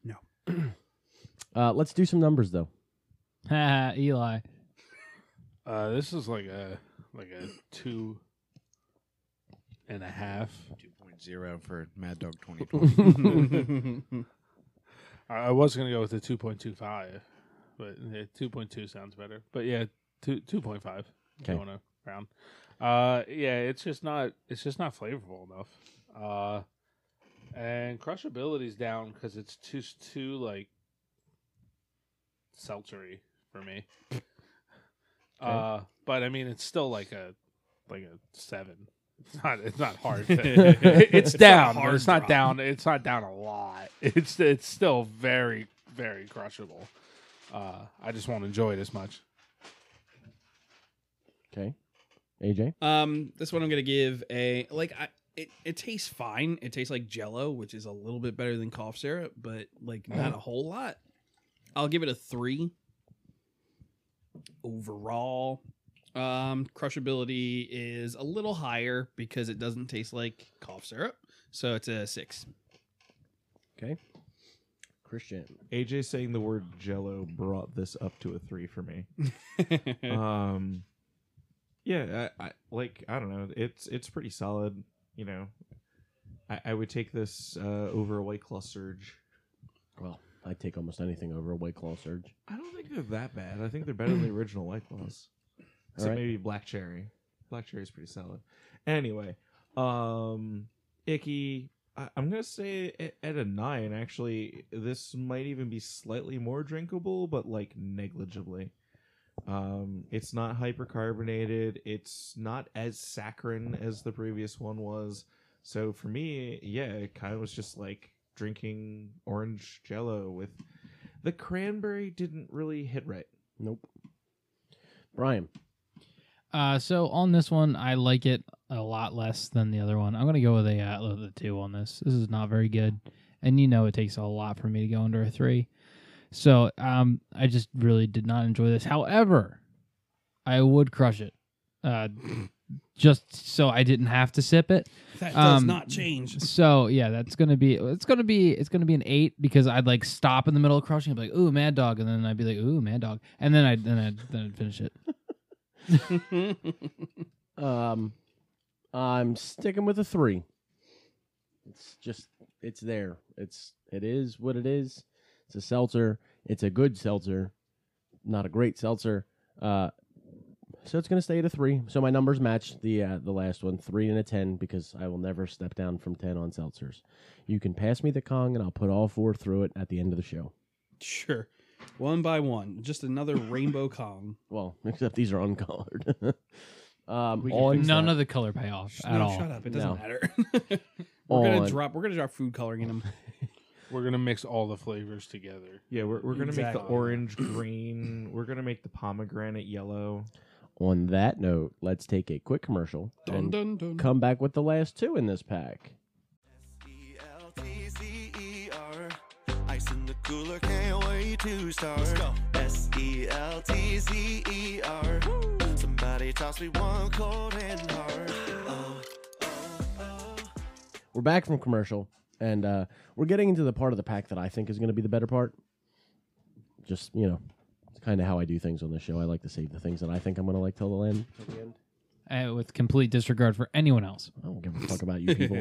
[SPEAKER 4] No.
[SPEAKER 2] uh, let's do some numbers though.
[SPEAKER 3] Haha, Eli.
[SPEAKER 6] Uh, this is like a like a two and a half.
[SPEAKER 7] 2.0 for Mad Dog 2020.
[SPEAKER 6] I I was gonna go with the two point two five, but two point two sounds better. But yeah, two two point five. If you
[SPEAKER 2] Okay.
[SPEAKER 6] want to round? Uh, yeah, it's just not it's just not flavorful enough. Uh, and crushability's down because it's just too like seltzery for me. Uh, but I mean, it's still like a like a seven. It's not. It's not hard. to- it's
[SPEAKER 4] It's not
[SPEAKER 6] down, but
[SPEAKER 4] hard
[SPEAKER 6] it's not
[SPEAKER 4] drop.
[SPEAKER 6] down. It's not down a lot. It's it's still very very crushable. Uh, I just won't enjoy it as much.
[SPEAKER 2] Okay, AJ.
[SPEAKER 4] Um, this one I'm gonna give a like. I it, it tastes fine. It tastes like Jello, which is a little bit better than cough syrup, but like not a whole lot. I'll give it a three overall. Um, crushability is a little higher because it doesn't taste like cough syrup, so it's a six.
[SPEAKER 2] Okay, Christian.
[SPEAKER 5] AJ saying the word Jello brought this up to a three for me. um yeah I, I like i don't know it's it's pretty solid you know i, I would take this uh over a white claw surge
[SPEAKER 2] Well, I'd take almost anything over a White Claw Surge.
[SPEAKER 5] i don't think they're that bad i think they're better than the original white claws except
[SPEAKER 2] Alright.
[SPEAKER 5] maybe black cherry black cherry's pretty solid anyway um icky I, i'm gonna say a- at a nine actually this might even be slightly more drinkable but like negligibly Um, it's not hypercarbonated. It's not as saccharine as the previous one was. So for me, yeah, it kind of was just like drinking orange jello with the cranberry didn't really hit right.
[SPEAKER 2] Nope. Brian.
[SPEAKER 3] Uh, so on this one, I like it a lot less than the other one. I'm gonna go with a uh, with a two on this. This is not very good, and you know it takes a lot for me to go under a three. So um, I just really did not enjoy this. However, I would crush it, uh, just so I didn't have to sip it.
[SPEAKER 4] That
[SPEAKER 3] does
[SPEAKER 4] does
[SPEAKER 3] Um, not
[SPEAKER 4] not change.
[SPEAKER 3] So yeah, that's gonna be it's gonna be it's gonna be an eight because I'd like stop in the middle of crushing, I'd be like ooh mad dog, and then I'd be like ooh mad dog, and then I then I then I'd finish it.
[SPEAKER 2] Um, I'm sticking with a three. It's just, it's there. It's, it is what it is. It's a seltzer. It's a good seltzer, not a great seltzer. Uh, so it's gonna stay at a three. So my numbers match the uh, the last one, three and a ten, because I will never step down from ten on seltzers. You can pass me the Kong, and I'll put all four through it at the end of the show.
[SPEAKER 4] Sure, one by one, just another rainbow Kong.
[SPEAKER 2] Well, except these are uncolored. um,
[SPEAKER 5] We can
[SPEAKER 2] on
[SPEAKER 5] fix
[SPEAKER 3] None of the color payoff at
[SPEAKER 4] no,
[SPEAKER 3] all.
[SPEAKER 4] shut up! It doesn't
[SPEAKER 2] No.
[SPEAKER 4] matter. we're
[SPEAKER 2] On-
[SPEAKER 4] gonna drop. We're gonna drop food coloring in them.
[SPEAKER 6] We're gonna mix all the flavors together.
[SPEAKER 5] Yeah, we're, we're gonna make the
[SPEAKER 4] Exactly.
[SPEAKER 5] orange green. We're gonna make the pomegranate yellow.
[SPEAKER 2] On that note, let's take a quick commercial and
[SPEAKER 4] dun, dun.
[SPEAKER 2] come back with the last two in this pack.
[SPEAKER 1] E S-E-L-T-Z-E-R. E Ice in the cooler, can't wait to start. E Let's go. S-E-L-T-Z-E-R. E Somebody toss me one cold and hard. Oh, oh, oh.
[SPEAKER 2] We're back from commercial, And uh, we're getting into the part of the pack that I think is going to be the better part. Just you know, it's kind of how I do things on this show. I like to save the things that I think I'm going to like till the end. Till the end.
[SPEAKER 3] Uh, with complete disregard for anyone else.
[SPEAKER 2] I don't give a fuck about you people.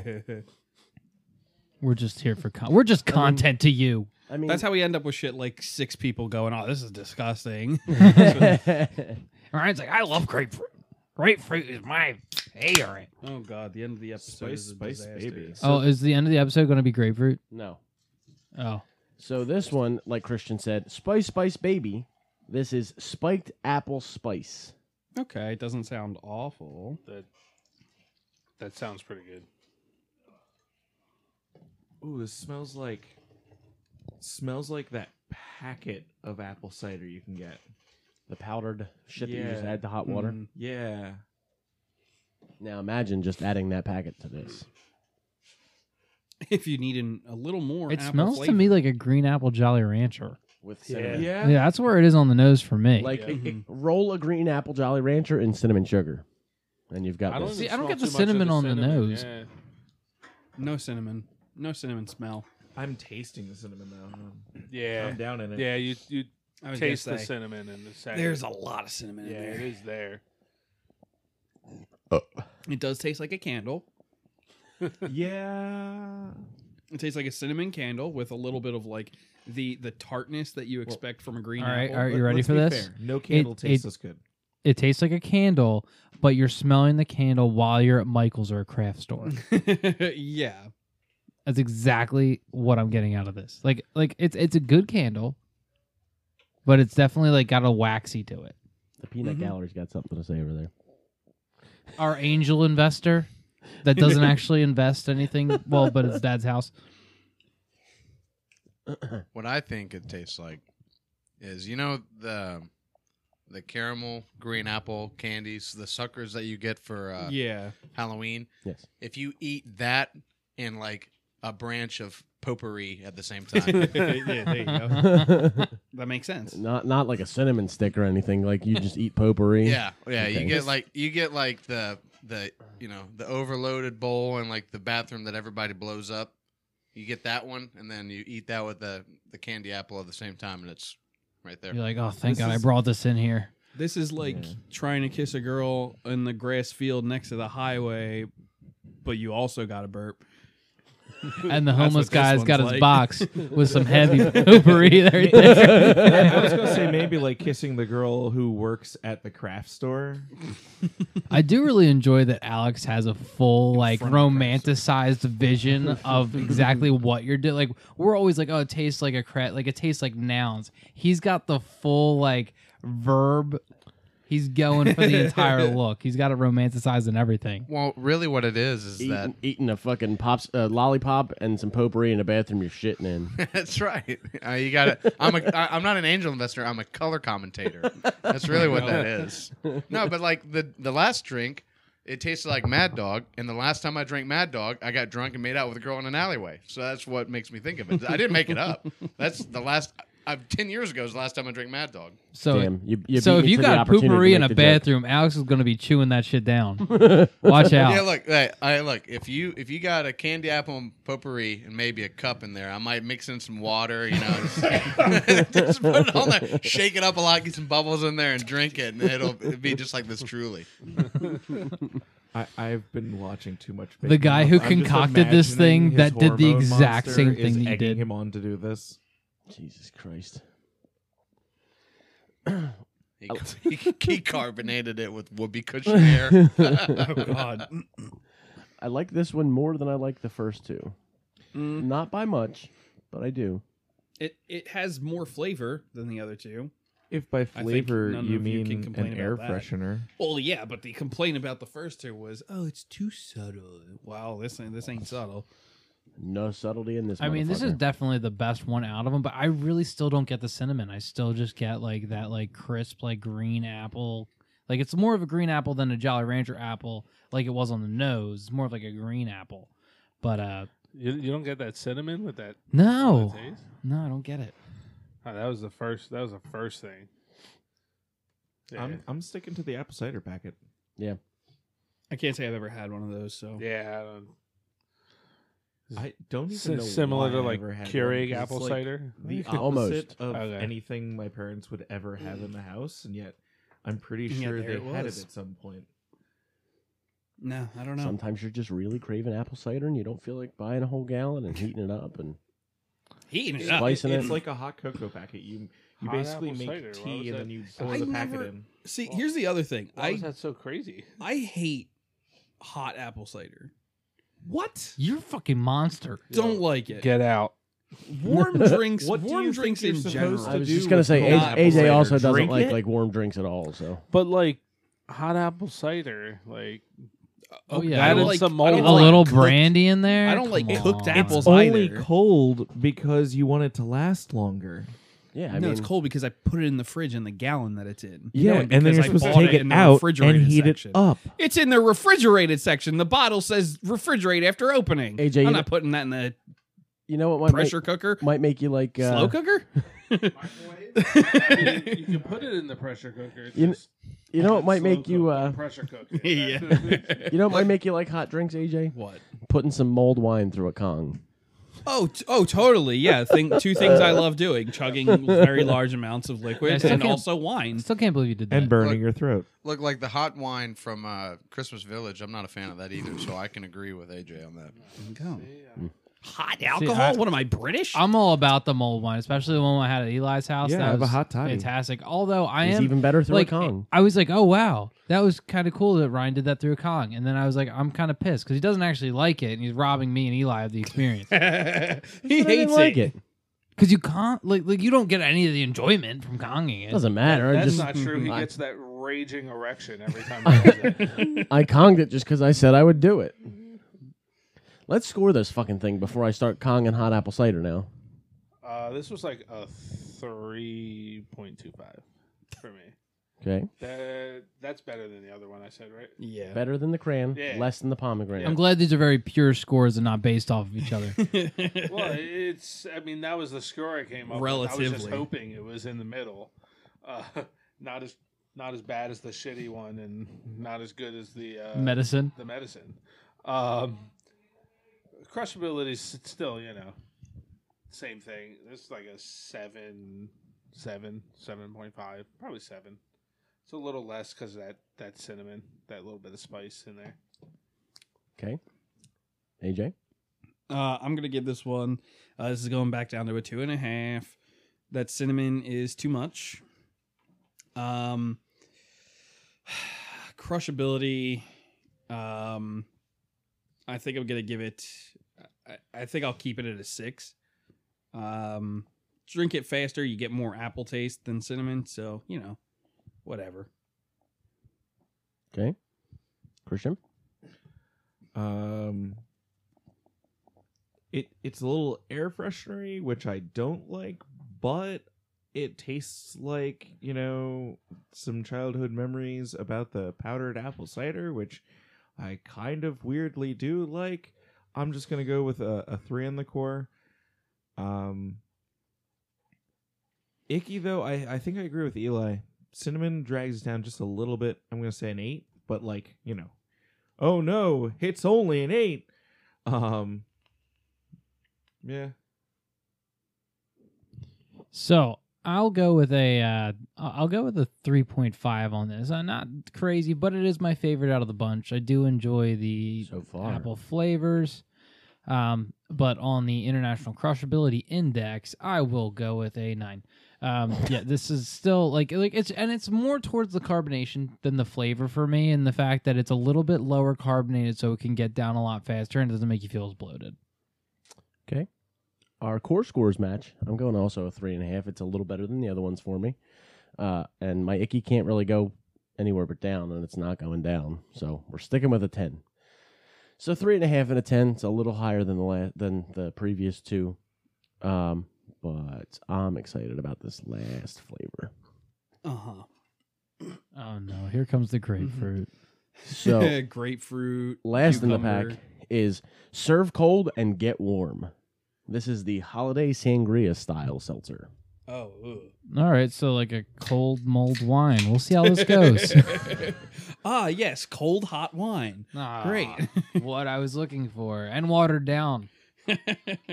[SPEAKER 3] We're just here for con- we're just content to you.
[SPEAKER 2] I mean,
[SPEAKER 4] That's how we end up with shit like six people going, "Oh, this is disgusting."
[SPEAKER 3] Ryan's like, I love grapefruit. Grapefruit is my favorite.
[SPEAKER 4] oh god, the end of the episode
[SPEAKER 5] Spice,
[SPEAKER 4] is a
[SPEAKER 5] spice,
[SPEAKER 4] disaster.
[SPEAKER 5] baby.
[SPEAKER 3] oh, is the end of the episode going to be grapefruit?
[SPEAKER 2] no.
[SPEAKER 3] Oh,
[SPEAKER 2] So this one, like Christian said, spice, spice, baby. This is spiked apple spice.
[SPEAKER 4] Okay, it doesn't sound awful.
[SPEAKER 6] That that sounds pretty good.
[SPEAKER 5] Ooh, this smells like smells like that packet of apple cider you can get.
[SPEAKER 2] The powdered shit that you just
[SPEAKER 5] Yeah. Mm-hmm.
[SPEAKER 2] add to hot water.
[SPEAKER 4] Mm.
[SPEAKER 5] Yeah.
[SPEAKER 2] Now imagine just adding that packet to this.
[SPEAKER 4] If you need an, a little more,
[SPEAKER 3] it
[SPEAKER 4] apple
[SPEAKER 3] smells
[SPEAKER 4] flavor.
[SPEAKER 3] to me like a green apple Jolly Rancher.
[SPEAKER 2] with
[SPEAKER 6] Yeah.
[SPEAKER 2] cinnamon.
[SPEAKER 5] Yeah.
[SPEAKER 3] Yeah, that's where it is on the nose for me.
[SPEAKER 2] Like
[SPEAKER 6] Yeah.
[SPEAKER 4] Mhm.
[SPEAKER 2] roll a green apple Jolly Rancher and cinnamon sugar, and you've got this.
[SPEAKER 3] See,
[SPEAKER 6] even
[SPEAKER 3] I don't
[SPEAKER 6] smell
[SPEAKER 3] get the
[SPEAKER 6] too much of
[SPEAKER 3] cinnamon on the nose.
[SPEAKER 6] yeah.
[SPEAKER 4] no cinnamon, no cinnamon smell.
[SPEAKER 5] I'm tasting the cinnamon now.
[SPEAKER 6] Yeah,
[SPEAKER 5] I'm down in it.
[SPEAKER 6] yeah. You you
[SPEAKER 4] I was gonna
[SPEAKER 6] taste the
[SPEAKER 4] say,
[SPEAKER 6] cinnamon and the cider.
[SPEAKER 4] There's a lot of cinnamon in
[SPEAKER 6] yeah, it
[SPEAKER 4] there.
[SPEAKER 6] is there.
[SPEAKER 4] It does taste like a candle.
[SPEAKER 5] Yeah.
[SPEAKER 4] It tastes like a cinnamon candle with a little bit of like the the tartness that you expect from a green
[SPEAKER 3] all right,
[SPEAKER 4] apple.
[SPEAKER 3] all right, you
[SPEAKER 5] Let-
[SPEAKER 3] ready
[SPEAKER 5] let's
[SPEAKER 3] for
[SPEAKER 5] be
[SPEAKER 3] this?
[SPEAKER 5] fair. No candle tastes
[SPEAKER 3] it-
[SPEAKER 5] as good.
[SPEAKER 3] It tastes like a candle, but you're smelling the candle while you're at Michael's or a craft store.
[SPEAKER 4] yeah.
[SPEAKER 3] that's exactly what I'm getting out of this. Like, like it's it's a good candle, but it's definitely like got a waxy to it.
[SPEAKER 2] The peanut
[SPEAKER 4] Mhm.
[SPEAKER 2] gallery's got something to say over there.
[SPEAKER 3] Our angel investor that doesn't actually invest anything. Well, but it's dad's house.
[SPEAKER 7] What I think it tastes like is you know the the caramel green apple candies, the suckers that you get for uh,
[SPEAKER 4] yeah.
[SPEAKER 7] Halloween.
[SPEAKER 2] Yes.
[SPEAKER 7] If you eat that and like a branch of potpourri at the same time,
[SPEAKER 4] yeah, there you go. That makes sense.
[SPEAKER 2] not not like a cinnamon stick or anything. Like you just eat potpourri.
[SPEAKER 7] yeah, yeah,
[SPEAKER 2] Okay.
[SPEAKER 7] you get like you get like the the you know the overloaded bowl and like the bathroom that everybody blows up. You get that one, and then you eat that with the the candy apple at the same time, and it's right there.
[SPEAKER 3] You're like, oh, thank
[SPEAKER 4] This
[SPEAKER 3] God, I
[SPEAKER 4] is-
[SPEAKER 3] brought this in here.
[SPEAKER 4] This is like trying to kiss a girl in the grass field next to the highway, but you also got a burp.
[SPEAKER 3] And the
[SPEAKER 4] That's
[SPEAKER 3] homeless
[SPEAKER 4] what this
[SPEAKER 3] guy's got
[SPEAKER 4] one's
[SPEAKER 3] his
[SPEAKER 4] like.
[SPEAKER 3] box with some heavy potpourri there. there.
[SPEAKER 5] I was gonna say maybe like kissing the girl who works at the craft store.
[SPEAKER 3] I do really enjoy that Alex has a full like romanticized vision of exactly what you're doing. Like we're always like, oh, it tastes like a cra like it tastes like nouns. He's got the full like verb. He's going for the entire look. He's got it romanticized and everything.
[SPEAKER 7] Well, really, what it is is that
[SPEAKER 2] Eating, eating a fucking pops uh, lollipop and some potpourri in a bathroom you're shitting in.
[SPEAKER 7] That's right. Uh, you got it. I'm a. I, I'm not an angel investor. I'm a color commentator. That's really what that is. No, but like the the last drink, it tasted like Mad Dog, and the last time I drank Mad Dog, I got drunk and made out with a girl in an alleyway. So that's what makes me think of it. I didn't make it up. That's the last. I, Ten years ago is the last time I drank Mad Dog.
[SPEAKER 3] So
[SPEAKER 2] Damn, you, you
[SPEAKER 3] so
[SPEAKER 2] beat
[SPEAKER 3] if
[SPEAKER 2] me
[SPEAKER 3] you
[SPEAKER 2] to the
[SPEAKER 3] got
[SPEAKER 2] opportunity to
[SPEAKER 3] poopery in a
[SPEAKER 2] make the joke.
[SPEAKER 3] bathroom, Alex is going to be chewing that shit down. Watch
[SPEAKER 7] Yeah,
[SPEAKER 3] out.
[SPEAKER 7] look, hey, I look. If you if you got a candy apple and potpourri and maybe a cup in there, I might mix in some water. You know, just, just put it on there, shake it up a lot, get some bubbles in there, and drink it, and it'll, it'll be just like this. Truly,
[SPEAKER 5] I, I've been watching too much.
[SPEAKER 3] The
[SPEAKER 5] Big
[SPEAKER 3] guy
[SPEAKER 5] Mouth.
[SPEAKER 3] who
[SPEAKER 5] I'm just
[SPEAKER 3] concocted this
[SPEAKER 5] imagining
[SPEAKER 3] thing
[SPEAKER 5] his
[SPEAKER 3] that did the
[SPEAKER 5] hormone
[SPEAKER 3] exact
[SPEAKER 5] monster
[SPEAKER 3] same
[SPEAKER 5] is
[SPEAKER 3] thing he
[SPEAKER 5] egging
[SPEAKER 3] did.
[SPEAKER 5] him on to do this.
[SPEAKER 2] Jesus Christ.
[SPEAKER 7] he, he, he carbonated it with whoopee cushion air.
[SPEAKER 4] Oh God.
[SPEAKER 2] I like this one more than I like the first two. Not by much, but I do.
[SPEAKER 4] it it has more flavor than the other two.
[SPEAKER 5] If by
[SPEAKER 4] think
[SPEAKER 5] flavor
[SPEAKER 4] none
[SPEAKER 5] you
[SPEAKER 4] of you
[SPEAKER 5] mean
[SPEAKER 4] can complain
[SPEAKER 5] an air
[SPEAKER 4] about that.
[SPEAKER 5] freshener,
[SPEAKER 4] Well, yeah, but the complaint about the first two was, oh, it's too subtle. Wow, this ain't this ain't subtle.
[SPEAKER 2] No subtlety in this.
[SPEAKER 3] I mean, this is
[SPEAKER 2] motherfucker.
[SPEAKER 3] definitely the best one out of them, but I really still don't get the cinnamon. I still just get like that like crisp like green apple. Like it's more of a green apple than a Jolly Rancher apple like it was on the nose. It's more of like a green apple. But uh
[SPEAKER 6] You, you don't get that cinnamon with that.
[SPEAKER 3] no.
[SPEAKER 6] that taste?
[SPEAKER 3] No, I don't get it.
[SPEAKER 6] Oh, that was the first. That was the first thing. Yeah,
[SPEAKER 5] I'm I'm sticking to the apple cider packet.
[SPEAKER 4] I can't say I've ever had one of those. So
[SPEAKER 6] yeah. I don't,
[SPEAKER 5] I don't even
[SPEAKER 6] Si-
[SPEAKER 5] know
[SPEAKER 6] similar
[SPEAKER 5] why
[SPEAKER 6] to
[SPEAKER 5] I
[SPEAKER 6] like
[SPEAKER 5] ever had one,
[SPEAKER 6] Keurig
[SPEAKER 5] 'cause it's
[SPEAKER 6] apple
[SPEAKER 5] like
[SPEAKER 6] cider.
[SPEAKER 5] The
[SPEAKER 2] Almost.
[SPEAKER 5] opposite of
[SPEAKER 6] Okay.
[SPEAKER 5] anything my parents would ever have in the house, and yet I'm pretty
[SPEAKER 4] Yeah,
[SPEAKER 5] sure
[SPEAKER 4] there
[SPEAKER 5] they
[SPEAKER 4] it
[SPEAKER 5] had it
[SPEAKER 4] was.
[SPEAKER 5] at some point.
[SPEAKER 4] No, I don't know.
[SPEAKER 2] Sometimes you're just really craving apple cider and you don't feel like buying a whole gallon and heating it up and
[SPEAKER 4] Heating it up.
[SPEAKER 2] spicing
[SPEAKER 5] It's
[SPEAKER 2] it.
[SPEAKER 5] like a hot cocoa packet. You you
[SPEAKER 6] Hot
[SPEAKER 5] basically
[SPEAKER 6] apple cider.
[SPEAKER 5] make
[SPEAKER 6] Why was
[SPEAKER 5] tea and
[SPEAKER 6] that
[SPEAKER 5] then you
[SPEAKER 6] so-
[SPEAKER 5] pour
[SPEAKER 4] I
[SPEAKER 5] the packet
[SPEAKER 4] never-
[SPEAKER 5] in.
[SPEAKER 4] See,
[SPEAKER 6] Well,
[SPEAKER 4] here's the other thing.
[SPEAKER 6] Why
[SPEAKER 4] I
[SPEAKER 6] was that so crazy?
[SPEAKER 4] I hate hot apple cider. What?
[SPEAKER 3] You're a fucking monster.
[SPEAKER 4] Don't like it.
[SPEAKER 6] Get out.
[SPEAKER 4] warm drinks.
[SPEAKER 5] What do
[SPEAKER 4] warm
[SPEAKER 5] you think
[SPEAKER 4] drinks
[SPEAKER 5] you're
[SPEAKER 4] in
[SPEAKER 5] supposed
[SPEAKER 4] general.
[SPEAKER 5] to
[SPEAKER 2] I was
[SPEAKER 5] do
[SPEAKER 2] just gonna
[SPEAKER 5] with
[SPEAKER 2] say
[SPEAKER 5] cold
[SPEAKER 2] AJ,
[SPEAKER 5] apple cider?
[SPEAKER 2] also doesn't
[SPEAKER 5] Drink
[SPEAKER 2] like
[SPEAKER 5] it?
[SPEAKER 2] like warm drinks at all. So
[SPEAKER 6] But like hot apple cider, like
[SPEAKER 3] Oh,
[SPEAKER 4] Okay,
[SPEAKER 3] yeah.
[SPEAKER 4] I
[SPEAKER 6] Add
[SPEAKER 4] don't
[SPEAKER 6] in
[SPEAKER 4] like,
[SPEAKER 6] some
[SPEAKER 4] I
[SPEAKER 6] mold.
[SPEAKER 4] don't
[SPEAKER 3] a
[SPEAKER 6] like
[SPEAKER 3] little
[SPEAKER 4] cooked-
[SPEAKER 3] brandy in there.
[SPEAKER 4] I don't like
[SPEAKER 3] Come
[SPEAKER 4] cooked
[SPEAKER 3] on.
[SPEAKER 4] apples.
[SPEAKER 5] It's only
[SPEAKER 4] either.
[SPEAKER 5] cold because you want it to last longer.
[SPEAKER 2] yeah, I
[SPEAKER 4] no,
[SPEAKER 2] mean,
[SPEAKER 4] it's cold because I put it in the fridge in the gallon that it's in.
[SPEAKER 5] Yeah,
[SPEAKER 4] and
[SPEAKER 5] and then
[SPEAKER 4] because I
[SPEAKER 5] you're supposed to
[SPEAKER 4] bought
[SPEAKER 5] take
[SPEAKER 4] it
[SPEAKER 5] it
[SPEAKER 4] in the
[SPEAKER 5] out and
[SPEAKER 4] refrigerated
[SPEAKER 5] heat it
[SPEAKER 4] section.
[SPEAKER 5] up.
[SPEAKER 4] It's in the refrigerated section. The bottle says refrigerate after opening.
[SPEAKER 2] AJ, you
[SPEAKER 4] I'm
[SPEAKER 2] know-
[SPEAKER 4] not putting that in the
[SPEAKER 2] you know what might
[SPEAKER 4] pressure cooker,
[SPEAKER 2] make, might make you like uh,
[SPEAKER 4] slow cooker.
[SPEAKER 6] you can put it in the pressure cooker.
[SPEAKER 2] You kn- you know what might make you uh,
[SPEAKER 6] pressure cooker.
[SPEAKER 4] yeah.
[SPEAKER 2] you know what might make you like hot drinks, AJ?
[SPEAKER 4] what?
[SPEAKER 2] Putting some mulled wine through a Kong.
[SPEAKER 4] Oh, t- oh, totally. Yeah, thing. Two things I love doing: chugging very large amounts of
[SPEAKER 3] I
[SPEAKER 4] liquid
[SPEAKER 3] still
[SPEAKER 4] and
[SPEAKER 3] can't-
[SPEAKER 4] also
[SPEAKER 3] I
[SPEAKER 4] wine.
[SPEAKER 3] still can't believe you did that.
[SPEAKER 5] And burning
[SPEAKER 7] Look-
[SPEAKER 5] your throat.
[SPEAKER 7] Look like the hot wine from uh, Christmas Village. I'm not a fan of that either, so I can agree with AJ on that.
[SPEAKER 4] Hot alcohol? what am I British?
[SPEAKER 3] I'm all about the mulled wine, especially the one I had at Eli's house.
[SPEAKER 5] Yeah,
[SPEAKER 3] that
[SPEAKER 5] I have a
[SPEAKER 3] was
[SPEAKER 5] hot toddy.
[SPEAKER 3] Fantastic. Although I
[SPEAKER 2] It's
[SPEAKER 3] am
[SPEAKER 2] even better through
[SPEAKER 3] like,
[SPEAKER 2] a Kong.
[SPEAKER 3] I was like, oh wow, that was kind of cool that Ryan did that through a Kong. And then I was like, I'm kind of pissed because he doesn't actually like it, and he's robbing me and Eli of the experience.
[SPEAKER 4] he
[SPEAKER 2] I didn't
[SPEAKER 4] hates
[SPEAKER 2] like it.
[SPEAKER 4] it.
[SPEAKER 3] Because you can't like like you don't get any of the enjoyment from Konging it.
[SPEAKER 2] Doesn't matter. I
[SPEAKER 6] That's
[SPEAKER 2] just
[SPEAKER 6] not true. He
[SPEAKER 2] I,
[SPEAKER 6] gets that raging erection every time. he does it.
[SPEAKER 2] I conged it just because I said I would do it. Let's score this fucking thing before I start conging hot apple cider now.
[SPEAKER 6] uh, this was like a three point two five for me.
[SPEAKER 2] Okay,
[SPEAKER 6] That that's better than the other one I said, right?
[SPEAKER 4] Yeah.
[SPEAKER 2] better than the crayon,
[SPEAKER 6] Yeah.
[SPEAKER 2] less than the pomegranate.
[SPEAKER 3] I'm glad these are very pure scores and not based off of each other.
[SPEAKER 6] Well, it's. I mean, that was the score I came up. with. I was just
[SPEAKER 4] Relatively.
[SPEAKER 6] hoping it was in the middle. Uh, not as not as bad as the shitty one, and not as good as the uh,
[SPEAKER 3] Medicine.
[SPEAKER 6] The medicine. Um, crushability is still, you know, same thing. It's like a seven, seven, seven point five, probably seven. It's a little less because that that cinnamon, that little bit of spice in there.
[SPEAKER 2] Okay, AJ,
[SPEAKER 4] Uh, I'm gonna give this one. Uh, this is going back down to a two and a half. That cinnamon is too much. Um, crushability. Um, I think I'm gonna give it. I, I think I'll keep it at a six. Um, drink it faster. You get more apple taste than cinnamon, so you know, whatever.
[SPEAKER 2] okay, Christian.
[SPEAKER 5] Um, it it's a little air freshenery, which I don't like, but it tastes like you know some childhood memories about the powdered apple cider, which I kind of weirdly do like. I'm just gonna go with a, a three in the core. Um, icky though, I I think I agree with Eli. Cinnamon drags it down just a little bit. I'm gonna say an eight, but like you know, oh no, it's only an eight. Um, yeah,
[SPEAKER 3] So I'll go with a uh, I'll go with a three point five on this. I'm not crazy, but it is my favorite out of the bunch. I do enjoy the
[SPEAKER 2] So far,
[SPEAKER 3] apple flavors. Um, but on the International Crushability Index, I will go with a nine. Um, yeah, this is still like like it's and it's more towards the carbonation than the flavor for me, and the fact that it's a little bit lower carbonated, so it can get down a lot faster and doesn't make you feel as bloated.
[SPEAKER 2] our core scores match. I'm going also a three and a half. It's a little better than the other ones for me. Uh, and my icky can't really go anywhere but down, and it's not going down. So we're sticking with a ten. So three and a half and a ten. It's a little higher than the la- than the previous two. Um, but I'm excited about this last flavor.
[SPEAKER 4] Uh huh.
[SPEAKER 3] Oh no, here comes the grapefruit.
[SPEAKER 2] So
[SPEAKER 4] grapefruit.
[SPEAKER 2] last in the
[SPEAKER 4] cucumber.
[SPEAKER 2] pack is serve cold and get warm. This is the holiday sangria style seltzer.
[SPEAKER 4] Oh. ugh.
[SPEAKER 3] All right, so like a cold mulled wine. We'll see how this goes.
[SPEAKER 4] ah, yes, cold hot wine.
[SPEAKER 3] Ah,
[SPEAKER 4] Great.
[SPEAKER 3] what I was looking for and watered down.
[SPEAKER 6] Yeah,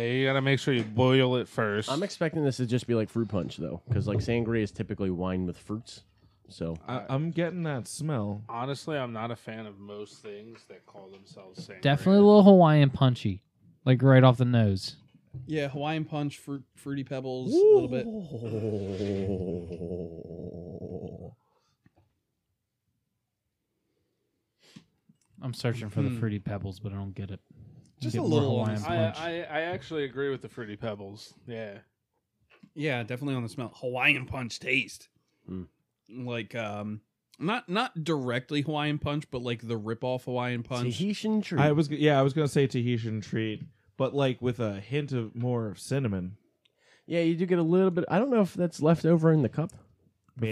[SPEAKER 6] you gotta make sure you boil it first.
[SPEAKER 2] I'm expecting this to just be like fruit punch though, because like sangria is typically wine with fruits. So
[SPEAKER 5] I, I'm getting that smell.
[SPEAKER 6] Honestly, I'm not a fan of most things that call themselves sangria.
[SPEAKER 3] Definitely a little Hawaiian punchy, like right off the nose.
[SPEAKER 4] yeah, Hawaiian punch, fruit, fruity pebbles, a little bit.
[SPEAKER 3] I'm searching for the
[SPEAKER 2] Hmm.
[SPEAKER 3] fruity pebbles, but I don't get it.
[SPEAKER 4] Just
[SPEAKER 3] Get
[SPEAKER 4] a
[SPEAKER 3] more
[SPEAKER 4] little
[SPEAKER 3] Hawaiian
[SPEAKER 4] on
[SPEAKER 6] I,
[SPEAKER 3] punch.
[SPEAKER 6] I I actually agree with the fruity pebbles. Yeah,
[SPEAKER 4] Yeah, definitely on the smell. Hawaiian punch taste.
[SPEAKER 2] Mm.
[SPEAKER 4] Like um not not directly Hawaiian punch, but like the ripoff Hawaiian punch.
[SPEAKER 2] Tahitian tree.
[SPEAKER 5] I was g- yeah, I was gonna say Tahitian treat, but like with a hint of more of cinnamon.
[SPEAKER 2] yeah, you do get a little bit. I don't know if that's left over in the cup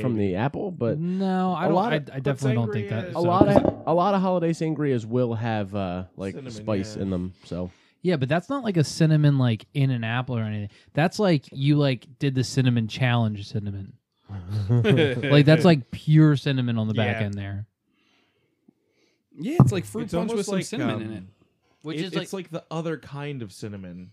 [SPEAKER 2] from the apple, but
[SPEAKER 5] Mm,
[SPEAKER 3] no, I
[SPEAKER 2] a
[SPEAKER 3] don't.
[SPEAKER 2] lot
[SPEAKER 3] I,
[SPEAKER 2] of-
[SPEAKER 3] I definitely don't think that.
[SPEAKER 5] sangria-
[SPEAKER 2] a
[SPEAKER 3] so-
[SPEAKER 2] lot of a lot of holiday sangrias will have uh like
[SPEAKER 5] Cinnamon,
[SPEAKER 2] spice
[SPEAKER 5] yeah.
[SPEAKER 2] in them. So
[SPEAKER 3] Yeah, but that's not like a cinnamon like in an apple or anything. That's like you like did the cinnamon challenge cinnamon. like that's like pure cinnamon on the back
[SPEAKER 6] Yeah.
[SPEAKER 3] end there.
[SPEAKER 4] yeah, it's like fruit
[SPEAKER 5] It's
[SPEAKER 4] punch
[SPEAKER 5] almost
[SPEAKER 4] with some
[SPEAKER 5] like,
[SPEAKER 4] cinnamon
[SPEAKER 5] um,
[SPEAKER 4] in it.
[SPEAKER 3] Which
[SPEAKER 5] It-
[SPEAKER 3] is
[SPEAKER 5] it's like the other kind of cinnamon.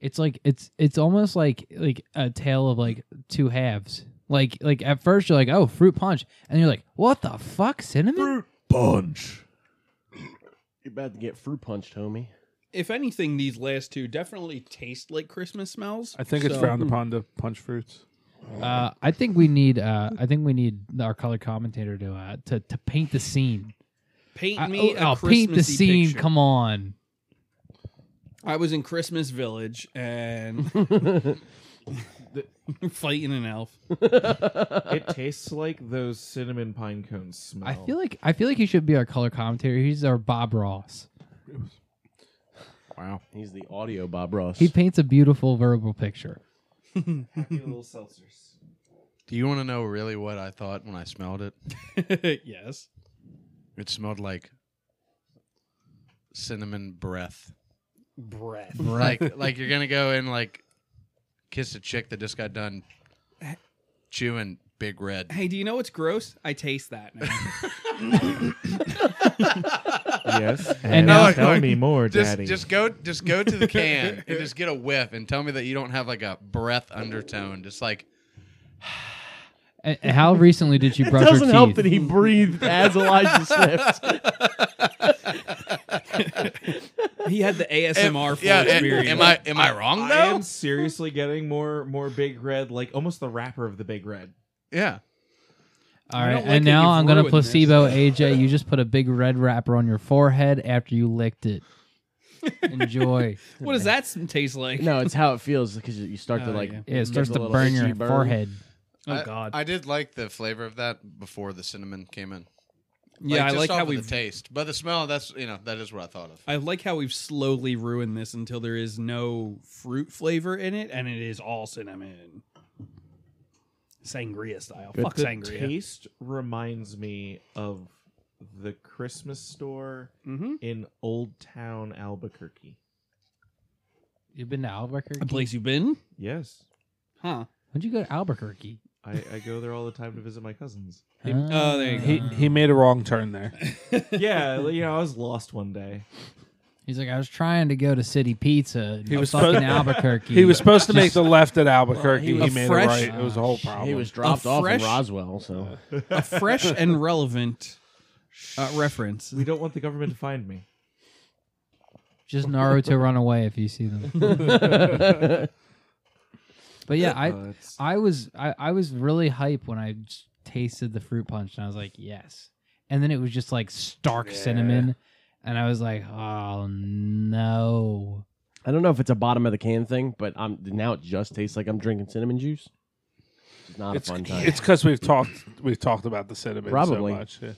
[SPEAKER 3] it's like it's it's almost like like a tale of like two halves. Like like at first you're like, "Oh, fruit punch." And you're like, "What the fuck? Cinnamon?"
[SPEAKER 5] Punch.
[SPEAKER 2] you're about to get fruit punched, homie.
[SPEAKER 4] If anything, these last two definitely taste like Christmas smells.
[SPEAKER 6] I think it's
[SPEAKER 4] So-
[SPEAKER 3] Hmm.
[SPEAKER 6] frowned upon to punch fruits.
[SPEAKER 3] Uh, I think we need uh I think we need our color commentator to uh to, to paint the scene.
[SPEAKER 4] Paint
[SPEAKER 3] I- oh, oh,
[SPEAKER 4] me a
[SPEAKER 3] paint the
[SPEAKER 4] Christmassy
[SPEAKER 3] scene.
[SPEAKER 4] picture.
[SPEAKER 3] Come on.
[SPEAKER 4] I was in Christmas Village and fighting an elf.
[SPEAKER 5] it tastes like those cinnamon pine cones smell.
[SPEAKER 3] I feel like I feel like he should be our color commentator. He's our Bob Ross.
[SPEAKER 7] Wow.
[SPEAKER 2] He's the audio Bob Ross.
[SPEAKER 3] He paints a beautiful verbal picture.
[SPEAKER 5] happy little seltzers.
[SPEAKER 7] Do you want to know really what I thought when I smelled it?
[SPEAKER 4] yes.
[SPEAKER 7] It smelled like cinnamon breath.
[SPEAKER 4] Breath.
[SPEAKER 7] like like you're gonna go and like kiss a chick that just got done chewing big red.
[SPEAKER 4] Hey, do you know what's gross? I taste that now.
[SPEAKER 5] yes.
[SPEAKER 3] And
[SPEAKER 5] And
[SPEAKER 3] now-
[SPEAKER 5] now tell me more,
[SPEAKER 7] Just
[SPEAKER 5] Daddy.
[SPEAKER 7] just go just go to the can and just get a whiff and tell me that you don't have like a breath undertone. Just like
[SPEAKER 3] And- and how recently did you brush your
[SPEAKER 2] Doesn't
[SPEAKER 3] teeth?
[SPEAKER 2] help that he breathed as Elijah sniffed.
[SPEAKER 4] he had the ASMR full
[SPEAKER 7] yeah, am,
[SPEAKER 4] experience.
[SPEAKER 7] am I am I wrong
[SPEAKER 5] I
[SPEAKER 7] though?
[SPEAKER 5] am seriously getting more more big red, like almost the wrapper of the big red.
[SPEAKER 7] yeah.
[SPEAKER 3] All
[SPEAKER 4] I
[SPEAKER 3] right,
[SPEAKER 4] don't like
[SPEAKER 3] and
[SPEAKER 4] that
[SPEAKER 3] now
[SPEAKER 4] you've
[SPEAKER 3] I'm gonna
[SPEAKER 4] ruined this.
[SPEAKER 3] placebo AJ. You just put a big red wrapper on your forehead after you licked it. Enjoy.
[SPEAKER 4] What does that s- taste like?
[SPEAKER 2] no, it's how it feels because you start to
[SPEAKER 4] Oh,
[SPEAKER 2] like
[SPEAKER 4] yeah.
[SPEAKER 3] Yeah, it starts
[SPEAKER 2] get
[SPEAKER 3] to
[SPEAKER 2] the little
[SPEAKER 3] burn
[SPEAKER 2] itchy
[SPEAKER 3] your
[SPEAKER 2] burn.
[SPEAKER 3] forehead.
[SPEAKER 4] Oh
[SPEAKER 7] I-
[SPEAKER 4] God.
[SPEAKER 7] I did like the flavor of that before the cinnamon came in.
[SPEAKER 4] yeah,
[SPEAKER 7] just
[SPEAKER 4] I like
[SPEAKER 7] off
[SPEAKER 4] how
[SPEAKER 7] of the
[SPEAKER 4] we've
[SPEAKER 7] taste, but the smell. That's you know that is what I thought of.
[SPEAKER 4] I like how we've slowly ruined this until there is no fruit flavor in it, and it is all cinnamon, sangria style. Fuck
[SPEAKER 5] the
[SPEAKER 4] sangria.
[SPEAKER 5] taste reminds me of the Christmas store
[SPEAKER 4] Mhm.
[SPEAKER 5] in Old Town Albuquerque.
[SPEAKER 3] You've been to Albuquerque?
[SPEAKER 4] A place you've been?
[SPEAKER 5] Yes.
[SPEAKER 4] Huh?
[SPEAKER 3] When'd you go to Albuquerque?
[SPEAKER 5] I, I go there all the time to visit my cousins.
[SPEAKER 4] oh, there you go.
[SPEAKER 6] He he made a wrong turn there.
[SPEAKER 5] Yeah, you know, I was lost one day.
[SPEAKER 3] He's like, I was trying to go to City Pizza. He
[SPEAKER 6] was
[SPEAKER 3] was fucking
[SPEAKER 6] supposed-
[SPEAKER 3] Albuquerche.
[SPEAKER 6] He was supposed to make
[SPEAKER 3] Just-
[SPEAKER 6] the left at Albuquerque.
[SPEAKER 2] Well,
[SPEAKER 6] he
[SPEAKER 2] he
[SPEAKER 6] made
[SPEAKER 4] fresh-
[SPEAKER 6] it right. It was a whole problem.
[SPEAKER 2] He was dropped
[SPEAKER 4] A
[SPEAKER 2] off
[SPEAKER 4] fresh-
[SPEAKER 2] in Roswell, so
[SPEAKER 4] A fresh and relevant uh, reference.
[SPEAKER 5] We don't want the government to find me.
[SPEAKER 3] Just Naruto run away if you see them. but yeah, I
[SPEAKER 5] Uh, it's-
[SPEAKER 3] I was I, I was really hype when I s- tasted the fruit punch and I was like, yes. And then it was just like stark cinnamon. And I was like, oh no.
[SPEAKER 2] I don't know if it's a bottom of the can thing, but I'm now it just tastes like I'm drinking cinnamon juice. It's not
[SPEAKER 6] It's
[SPEAKER 2] a fun time.
[SPEAKER 6] it's because we've talked we've talked about the cinnamon
[SPEAKER 2] Probably.
[SPEAKER 6] so much. yeah.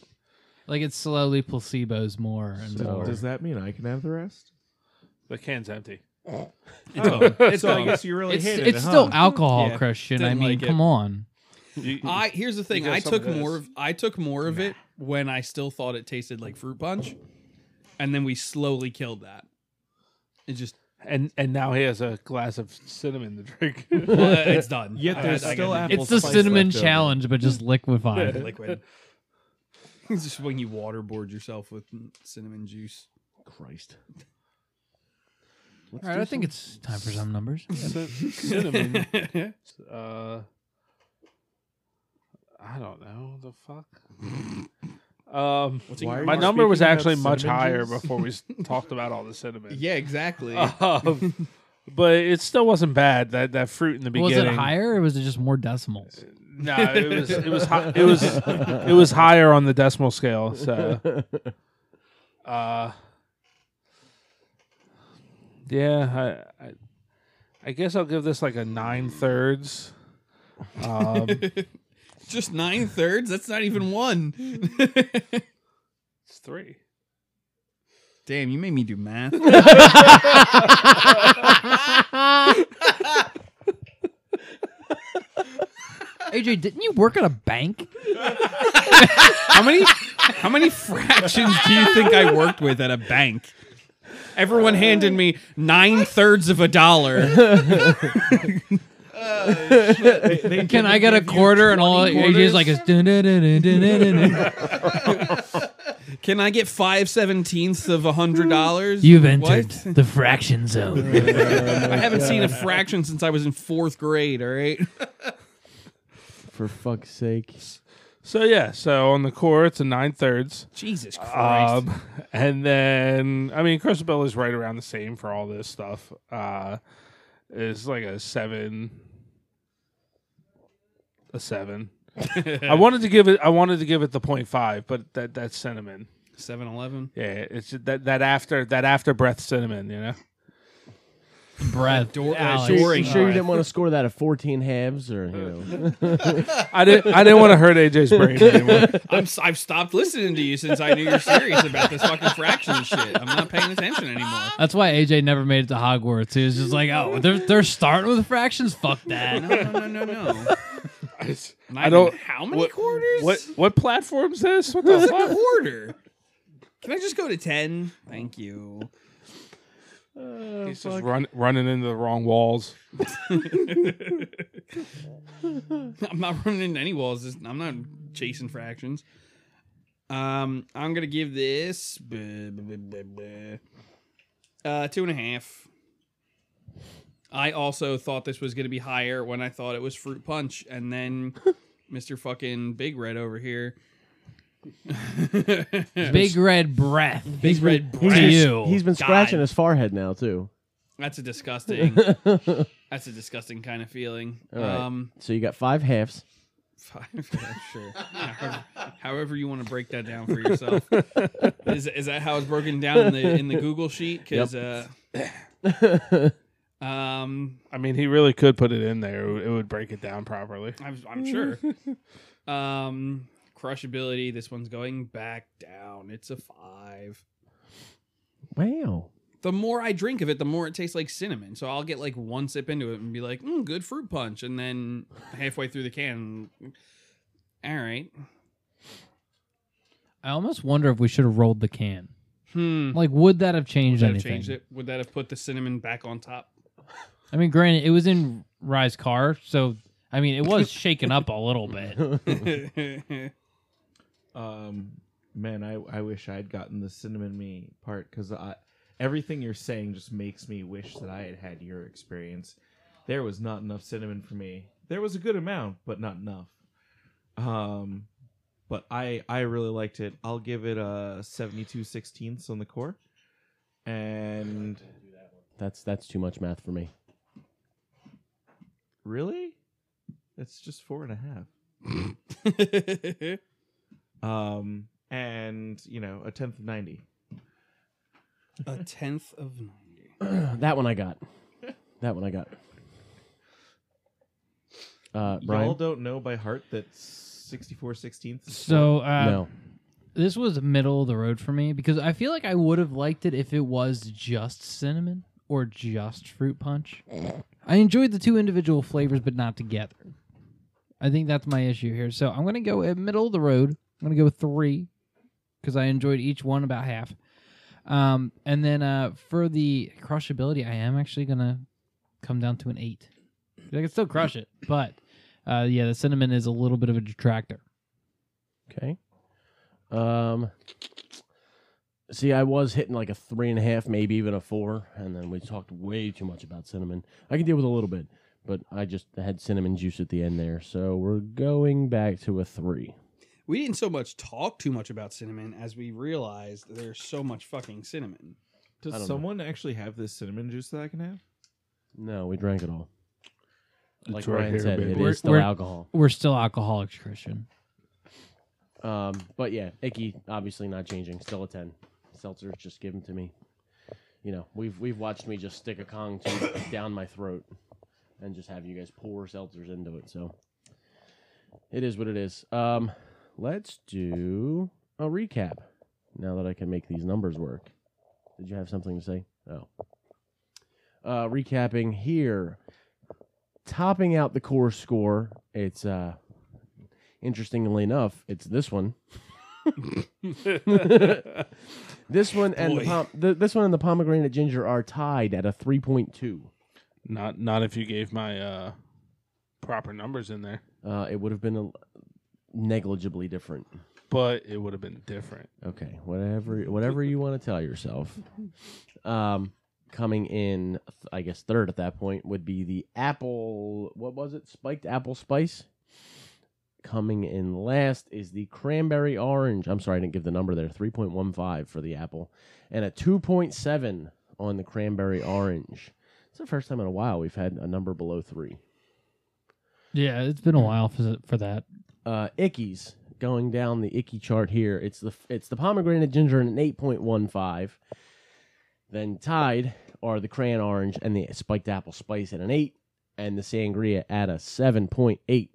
[SPEAKER 3] Like it slowly placebos more and
[SPEAKER 5] So
[SPEAKER 3] more.
[SPEAKER 5] does that mean I can have the rest? Oh,
[SPEAKER 6] The can's empty.
[SPEAKER 4] It's gone. It's
[SPEAKER 5] so I
[SPEAKER 4] gone.
[SPEAKER 5] guess you really
[SPEAKER 3] It's,
[SPEAKER 5] hate it.
[SPEAKER 3] it's
[SPEAKER 5] huh?
[SPEAKER 3] still alcohol,
[SPEAKER 4] Yeah,
[SPEAKER 3] Christian. I
[SPEAKER 4] didn't
[SPEAKER 3] mean,
[SPEAKER 4] like it.
[SPEAKER 3] come on.
[SPEAKER 6] You-
[SPEAKER 4] I here's the thing.
[SPEAKER 6] got
[SPEAKER 4] I
[SPEAKER 6] some
[SPEAKER 4] took
[SPEAKER 6] of this.
[SPEAKER 4] more of I took more of it when I still thought it tasted like fruit punch, and then we slowly killed that. It just
[SPEAKER 6] and and now he has a glass of cinnamon to drink.
[SPEAKER 4] well, it's done.
[SPEAKER 5] Yet
[SPEAKER 4] I-
[SPEAKER 5] there's
[SPEAKER 4] I- I
[SPEAKER 5] still
[SPEAKER 4] gotta
[SPEAKER 5] apple
[SPEAKER 3] It's the
[SPEAKER 5] spice
[SPEAKER 3] cinnamon
[SPEAKER 5] left over.
[SPEAKER 3] challenge, but just
[SPEAKER 4] get
[SPEAKER 3] liquefied.
[SPEAKER 4] liquid. it's just when you waterboard yourself with cinnamon juice.
[SPEAKER 2] Christ. Let's
[SPEAKER 3] All right,
[SPEAKER 2] do
[SPEAKER 3] I think
[SPEAKER 2] some-
[SPEAKER 3] it's time for some numbers.
[SPEAKER 6] Cin- cinnamon. uh, I don't know the fuck. Um,
[SPEAKER 5] Why are
[SPEAKER 6] my
[SPEAKER 5] you
[SPEAKER 6] number was
[SPEAKER 5] speaking about
[SPEAKER 6] actually much
[SPEAKER 5] cinnamon
[SPEAKER 6] higher
[SPEAKER 5] juice?
[SPEAKER 6] before we s- talked about all the cinnamon.
[SPEAKER 7] Yeah, exactly.
[SPEAKER 6] Um, but it still wasn't bad. That that fruit in the
[SPEAKER 3] was
[SPEAKER 6] beginning.
[SPEAKER 3] it higher or was it just more decimals?
[SPEAKER 6] No, it was it was hi- it was it was higher on the decimal scale. So, uh, yeah, I, I I guess I'll give this like a nine thirds. Um,
[SPEAKER 4] Just nine thirds? That's not even one.
[SPEAKER 6] it's three.
[SPEAKER 8] Damn, you made me do math.
[SPEAKER 3] AJ, didn't you work at a bank?
[SPEAKER 4] how many how many fractions do you think I worked with at a bank? Everyone handed me nine thirds of a dollar.
[SPEAKER 3] Can I get a quarter and all AJ's like is dun, dun, dun, dun, dun, dun, dun.
[SPEAKER 4] Can I get five seventeenths of a hundred dollars?
[SPEAKER 3] You've entered
[SPEAKER 4] What?
[SPEAKER 3] the fraction zone.
[SPEAKER 4] I haven't seen a fraction since I was in fourth grade. All right.
[SPEAKER 2] For fuck's sake.
[SPEAKER 6] So yeah, so on the core it's a nine thirds.
[SPEAKER 4] Jesus Christ.
[SPEAKER 6] Um, and then I mean, Chris Bill is right around the same for all this stuff. Uh, it's like a seven, a seven. I wanted to give it. I wanted to give it the point five, but that that's cinnamon.
[SPEAKER 4] Seven Eleven.
[SPEAKER 6] Yeah, it's that that after that after breath cinnamon. You know.
[SPEAKER 3] Breath.
[SPEAKER 4] Ador-
[SPEAKER 3] Alex.
[SPEAKER 4] adoring.
[SPEAKER 2] Sure, you sure you didn't want to score that at 14 halves or, you know.
[SPEAKER 6] I didn't. I didn't want to hurt AJ's brain anymore.
[SPEAKER 4] I'm, s- I've stopped listening to you since I knew you're serious about this fucking fraction shit. I'm not paying attention anymore.
[SPEAKER 3] That's why AJ never made it to Hogwarts. He was just like, oh, they're, they're starting with fractions? Fuck that.
[SPEAKER 4] No, no, no, no, no. Not
[SPEAKER 6] I don't.
[SPEAKER 4] even How many
[SPEAKER 6] What,
[SPEAKER 4] quarters?
[SPEAKER 6] what what platform's this? What the fuck?
[SPEAKER 4] quarter? Can I just go to ten? Thank you.
[SPEAKER 6] He's just run, running into the wrong walls.
[SPEAKER 4] I'm not running into any walls. This- I'm not chasing fractions. Um, I'm gonna give this buh, buh, buh, buh, buh, uh two and a half. I also thought this was gonna be higher when I thought it was fruit punch, and then Mr. Fucking Big Red over here.
[SPEAKER 3] Big red breath.
[SPEAKER 4] Big Red
[SPEAKER 3] To
[SPEAKER 4] Brass.
[SPEAKER 3] you.
[SPEAKER 2] He's been
[SPEAKER 4] God.
[SPEAKER 2] scratching his forehead now, too.
[SPEAKER 4] That's a disgusting. that's a disgusting kind of feeling.
[SPEAKER 2] All right.
[SPEAKER 4] Um,
[SPEAKER 2] So you got five halves.
[SPEAKER 4] Five, yeah, sure. however, however you want to break that down for yourself. is, is that how it's broken down in the in the Google sheet? Because uh, um,
[SPEAKER 6] I mean, he really could put it in there. It would- It would break it down properly.
[SPEAKER 4] I'm, I'm sure. Um, crushability. This one's going back down. It's a five.
[SPEAKER 2] Wow.
[SPEAKER 4] The more I drink of it, the more it tastes like cinnamon. So I'll get like one sip into it and be like, mm, "Good fruit punch," and then halfway through the can, all right.
[SPEAKER 3] I almost wonder if we should have rolled the can.
[SPEAKER 4] Hmm.
[SPEAKER 3] Like, would that have changed
[SPEAKER 4] Would that have
[SPEAKER 3] anything?
[SPEAKER 4] changed it? Would that have put the cinnamon back on top?
[SPEAKER 3] I mean, granted, it was in Rye's car, so I mean, it was shaken up a little bit.
[SPEAKER 5] Um, man, I, I wish I'd gotten the cinnamon me part because I everything you're saying just makes me wish that I had had your experience. There was not enough cinnamon for me. There was a good amount, but not enough. Um, but I I really liked it. I'll give it a seventy two sixteenths on the core, and
[SPEAKER 2] That's that's too much math for me.
[SPEAKER 5] really, it's just four and a half.
[SPEAKER 4] That's
[SPEAKER 5] Um, and you know, a tenth of ninety.
[SPEAKER 4] a tenth of ninety.
[SPEAKER 2] that one I got. That one I got. Uh,
[SPEAKER 5] Y'all
[SPEAKER 2] Brian?
[SPEAKER 5] don't know by heart that 64 sixteenths.
[SPEAKER 3] So uh,
[SPEAKER 2] No.
[SPEAKER 3] this was middle of the road for me because I feel like I would have liked it if it was just cinnamon or just fruit punch. I enjoyed the two individual flavors, but not together. I think that's my issue here. So I'm gonna go at middle of the road. I'm gonna go with three because I enjoyed each one about half. Um, and then uh, for the crushability, I am actually gonna come down to an eight. I can still crush it, but uh, yeah, the cinnamon is a little bit of a detractor.
[SPEAKER 2] Okay. Um. See, I was hitting like a three and a half, maybe even a four, and then we talked way too much about cinnamon. I can deal with a little bit, but I just had cinnamon juice at the end there, so we're going back to a three.
[SPEAKER 4] We didn't so much talk too much about cinnamon as we realized there's so much fucking cinnamon.
[SPEAKER 2] I don't know.
[SPEAKER 5] Does someone actually have this cinnamon juice that I can have?
[SPEAKER 2] No, we drank it all. Like
[SPEAKER 8] right
[SPEAKER 2] Ryan
[SPEAKER 8] here,
[SPEAKER 2] said,
[SPEAKER 8] baby.
[SPEAKER 2] it
[SPEAKER 3] We're-
[SPEAKER 2] is still
[SPEAKER 3] we're-
[SPEAKER 2] alcohol.
[SPEAKER 3] We're still alcoholics, Christian.
[SPEAKER 2] Um, but yeah, icky, obviously not changing. Still a ten. Seltzer's just give 'em to me. You know, we've we've watched me just stick a Kong tube down my throat and just have you guys pour seltzers into it. So it is what it is. Um, let's do a recap now that I can make these numbers work. Did you have something to say? Oh. Uh, recapping here, topping out the core score. It's uh, interestingly enough, it's this one. this one and the
[SPEAKER 4] Boy.
[SPEAKER 2] pom- th- this one and the pomegranate ginger are tied at a three point two.
[SPEAKER 6] Not not if you gave my uh proper numbers in there,
[SPEAKER 2] Uh, it would have been a negligibly different.
[SPEAKER 6] but it would have been different.
[SPEAKER 2] Okay, whatever, whatever you want to tell yourself. Um, coming in, I guess third at that point would be the apple. What was it? Spiked apple spice. Coming in last is the cranberry orange. I'm sorry, I didn't give the number there. Three point one five for the apple, and a two point seven on the cranberry orange. It's the first time in a while we've had a number below three.
[SPEAKER 3] Yeah, it's been a
[SPEAKER 2] Mm.
[SPEAKER 3] while for, for that.
[SPEAKER 2] uh, ickies going down the icky chart here. It's the it's the pomegranate ginger and an eight point one five. Then tied are the crayon orange and the spiked apple spice at an eight, and the sangria at a seven point eight.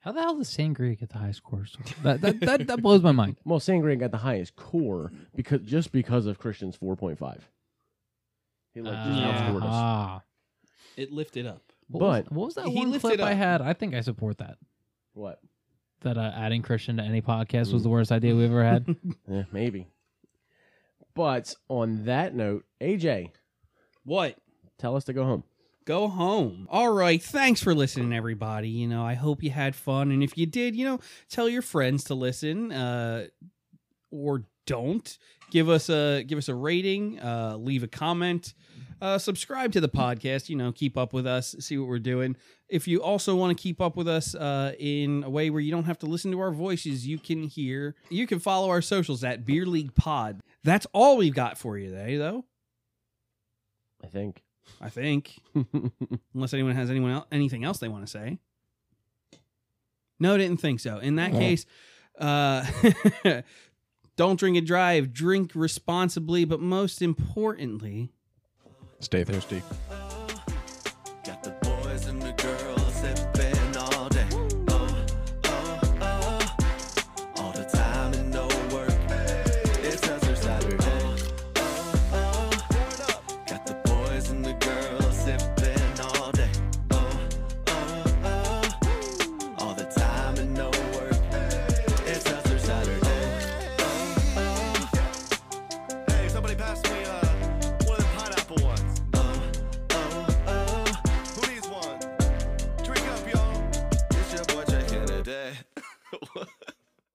[SPEAKER 3] How the hell does Sangria get the high score? That that, that that blows my mind.
[SPEAKER 2] Well, sangria got the highest core because just because of Christian's four point five. He like just
[SPEAKER 4] yeah.
[SPEAKER 2] outscored us.
[SPEAKER 3] Ah.
[SPEAKER 4] It lifted up.
[SPEAKER 3] What
[SPEAKER 2] But-
[SPEAKER 3] was, what was that
[SPEAKER 4] He
[SPEAKER 3] one
[SPEAKER 4] lifted
[SPEAKER 3] clip I
[SPEAKER 4] up.
[SPEAKER 3] had? I think I support that.
[SPEAKER 2] What?
[SPEAKER 3] That uh, adding Christian to any podcast
[SPEAKER 2] Mm.
[SPEAKER 3] was the worst idea we ever had.
[SPEAKER 2] Yeah, Eh, maybe. But on that note, AJ,
[SPEAKER 4] What?
[SPEAKER 2] tell us to go home.
[SPEAKER 4] go home. All right, thanks for listening, everybody. You know, I hope you had fun, and if you did, you know, tell your friends to listen, uh, or don't. Give us a give us a rating, uh, leave a comment, uh, subscribe to the podcast. You know, keep up with us, see what we're doing. If you also want to keep up with us uh, in a way where you don't have to listen to our voices, you can hear, you can follow our socials at Beer League Pod. That's all we've got for you today, though.
[SPEAKER 2] I think.
[SPEAKER 4] I think unless anyone has anyone el- anything else they want to say. No, didn't think so. In that case, uh, don't drink and drive. Drink responsibly, but most importantly,
[SPEAKER 7] Stay thirsty.
[SPEAKER 1] Oh,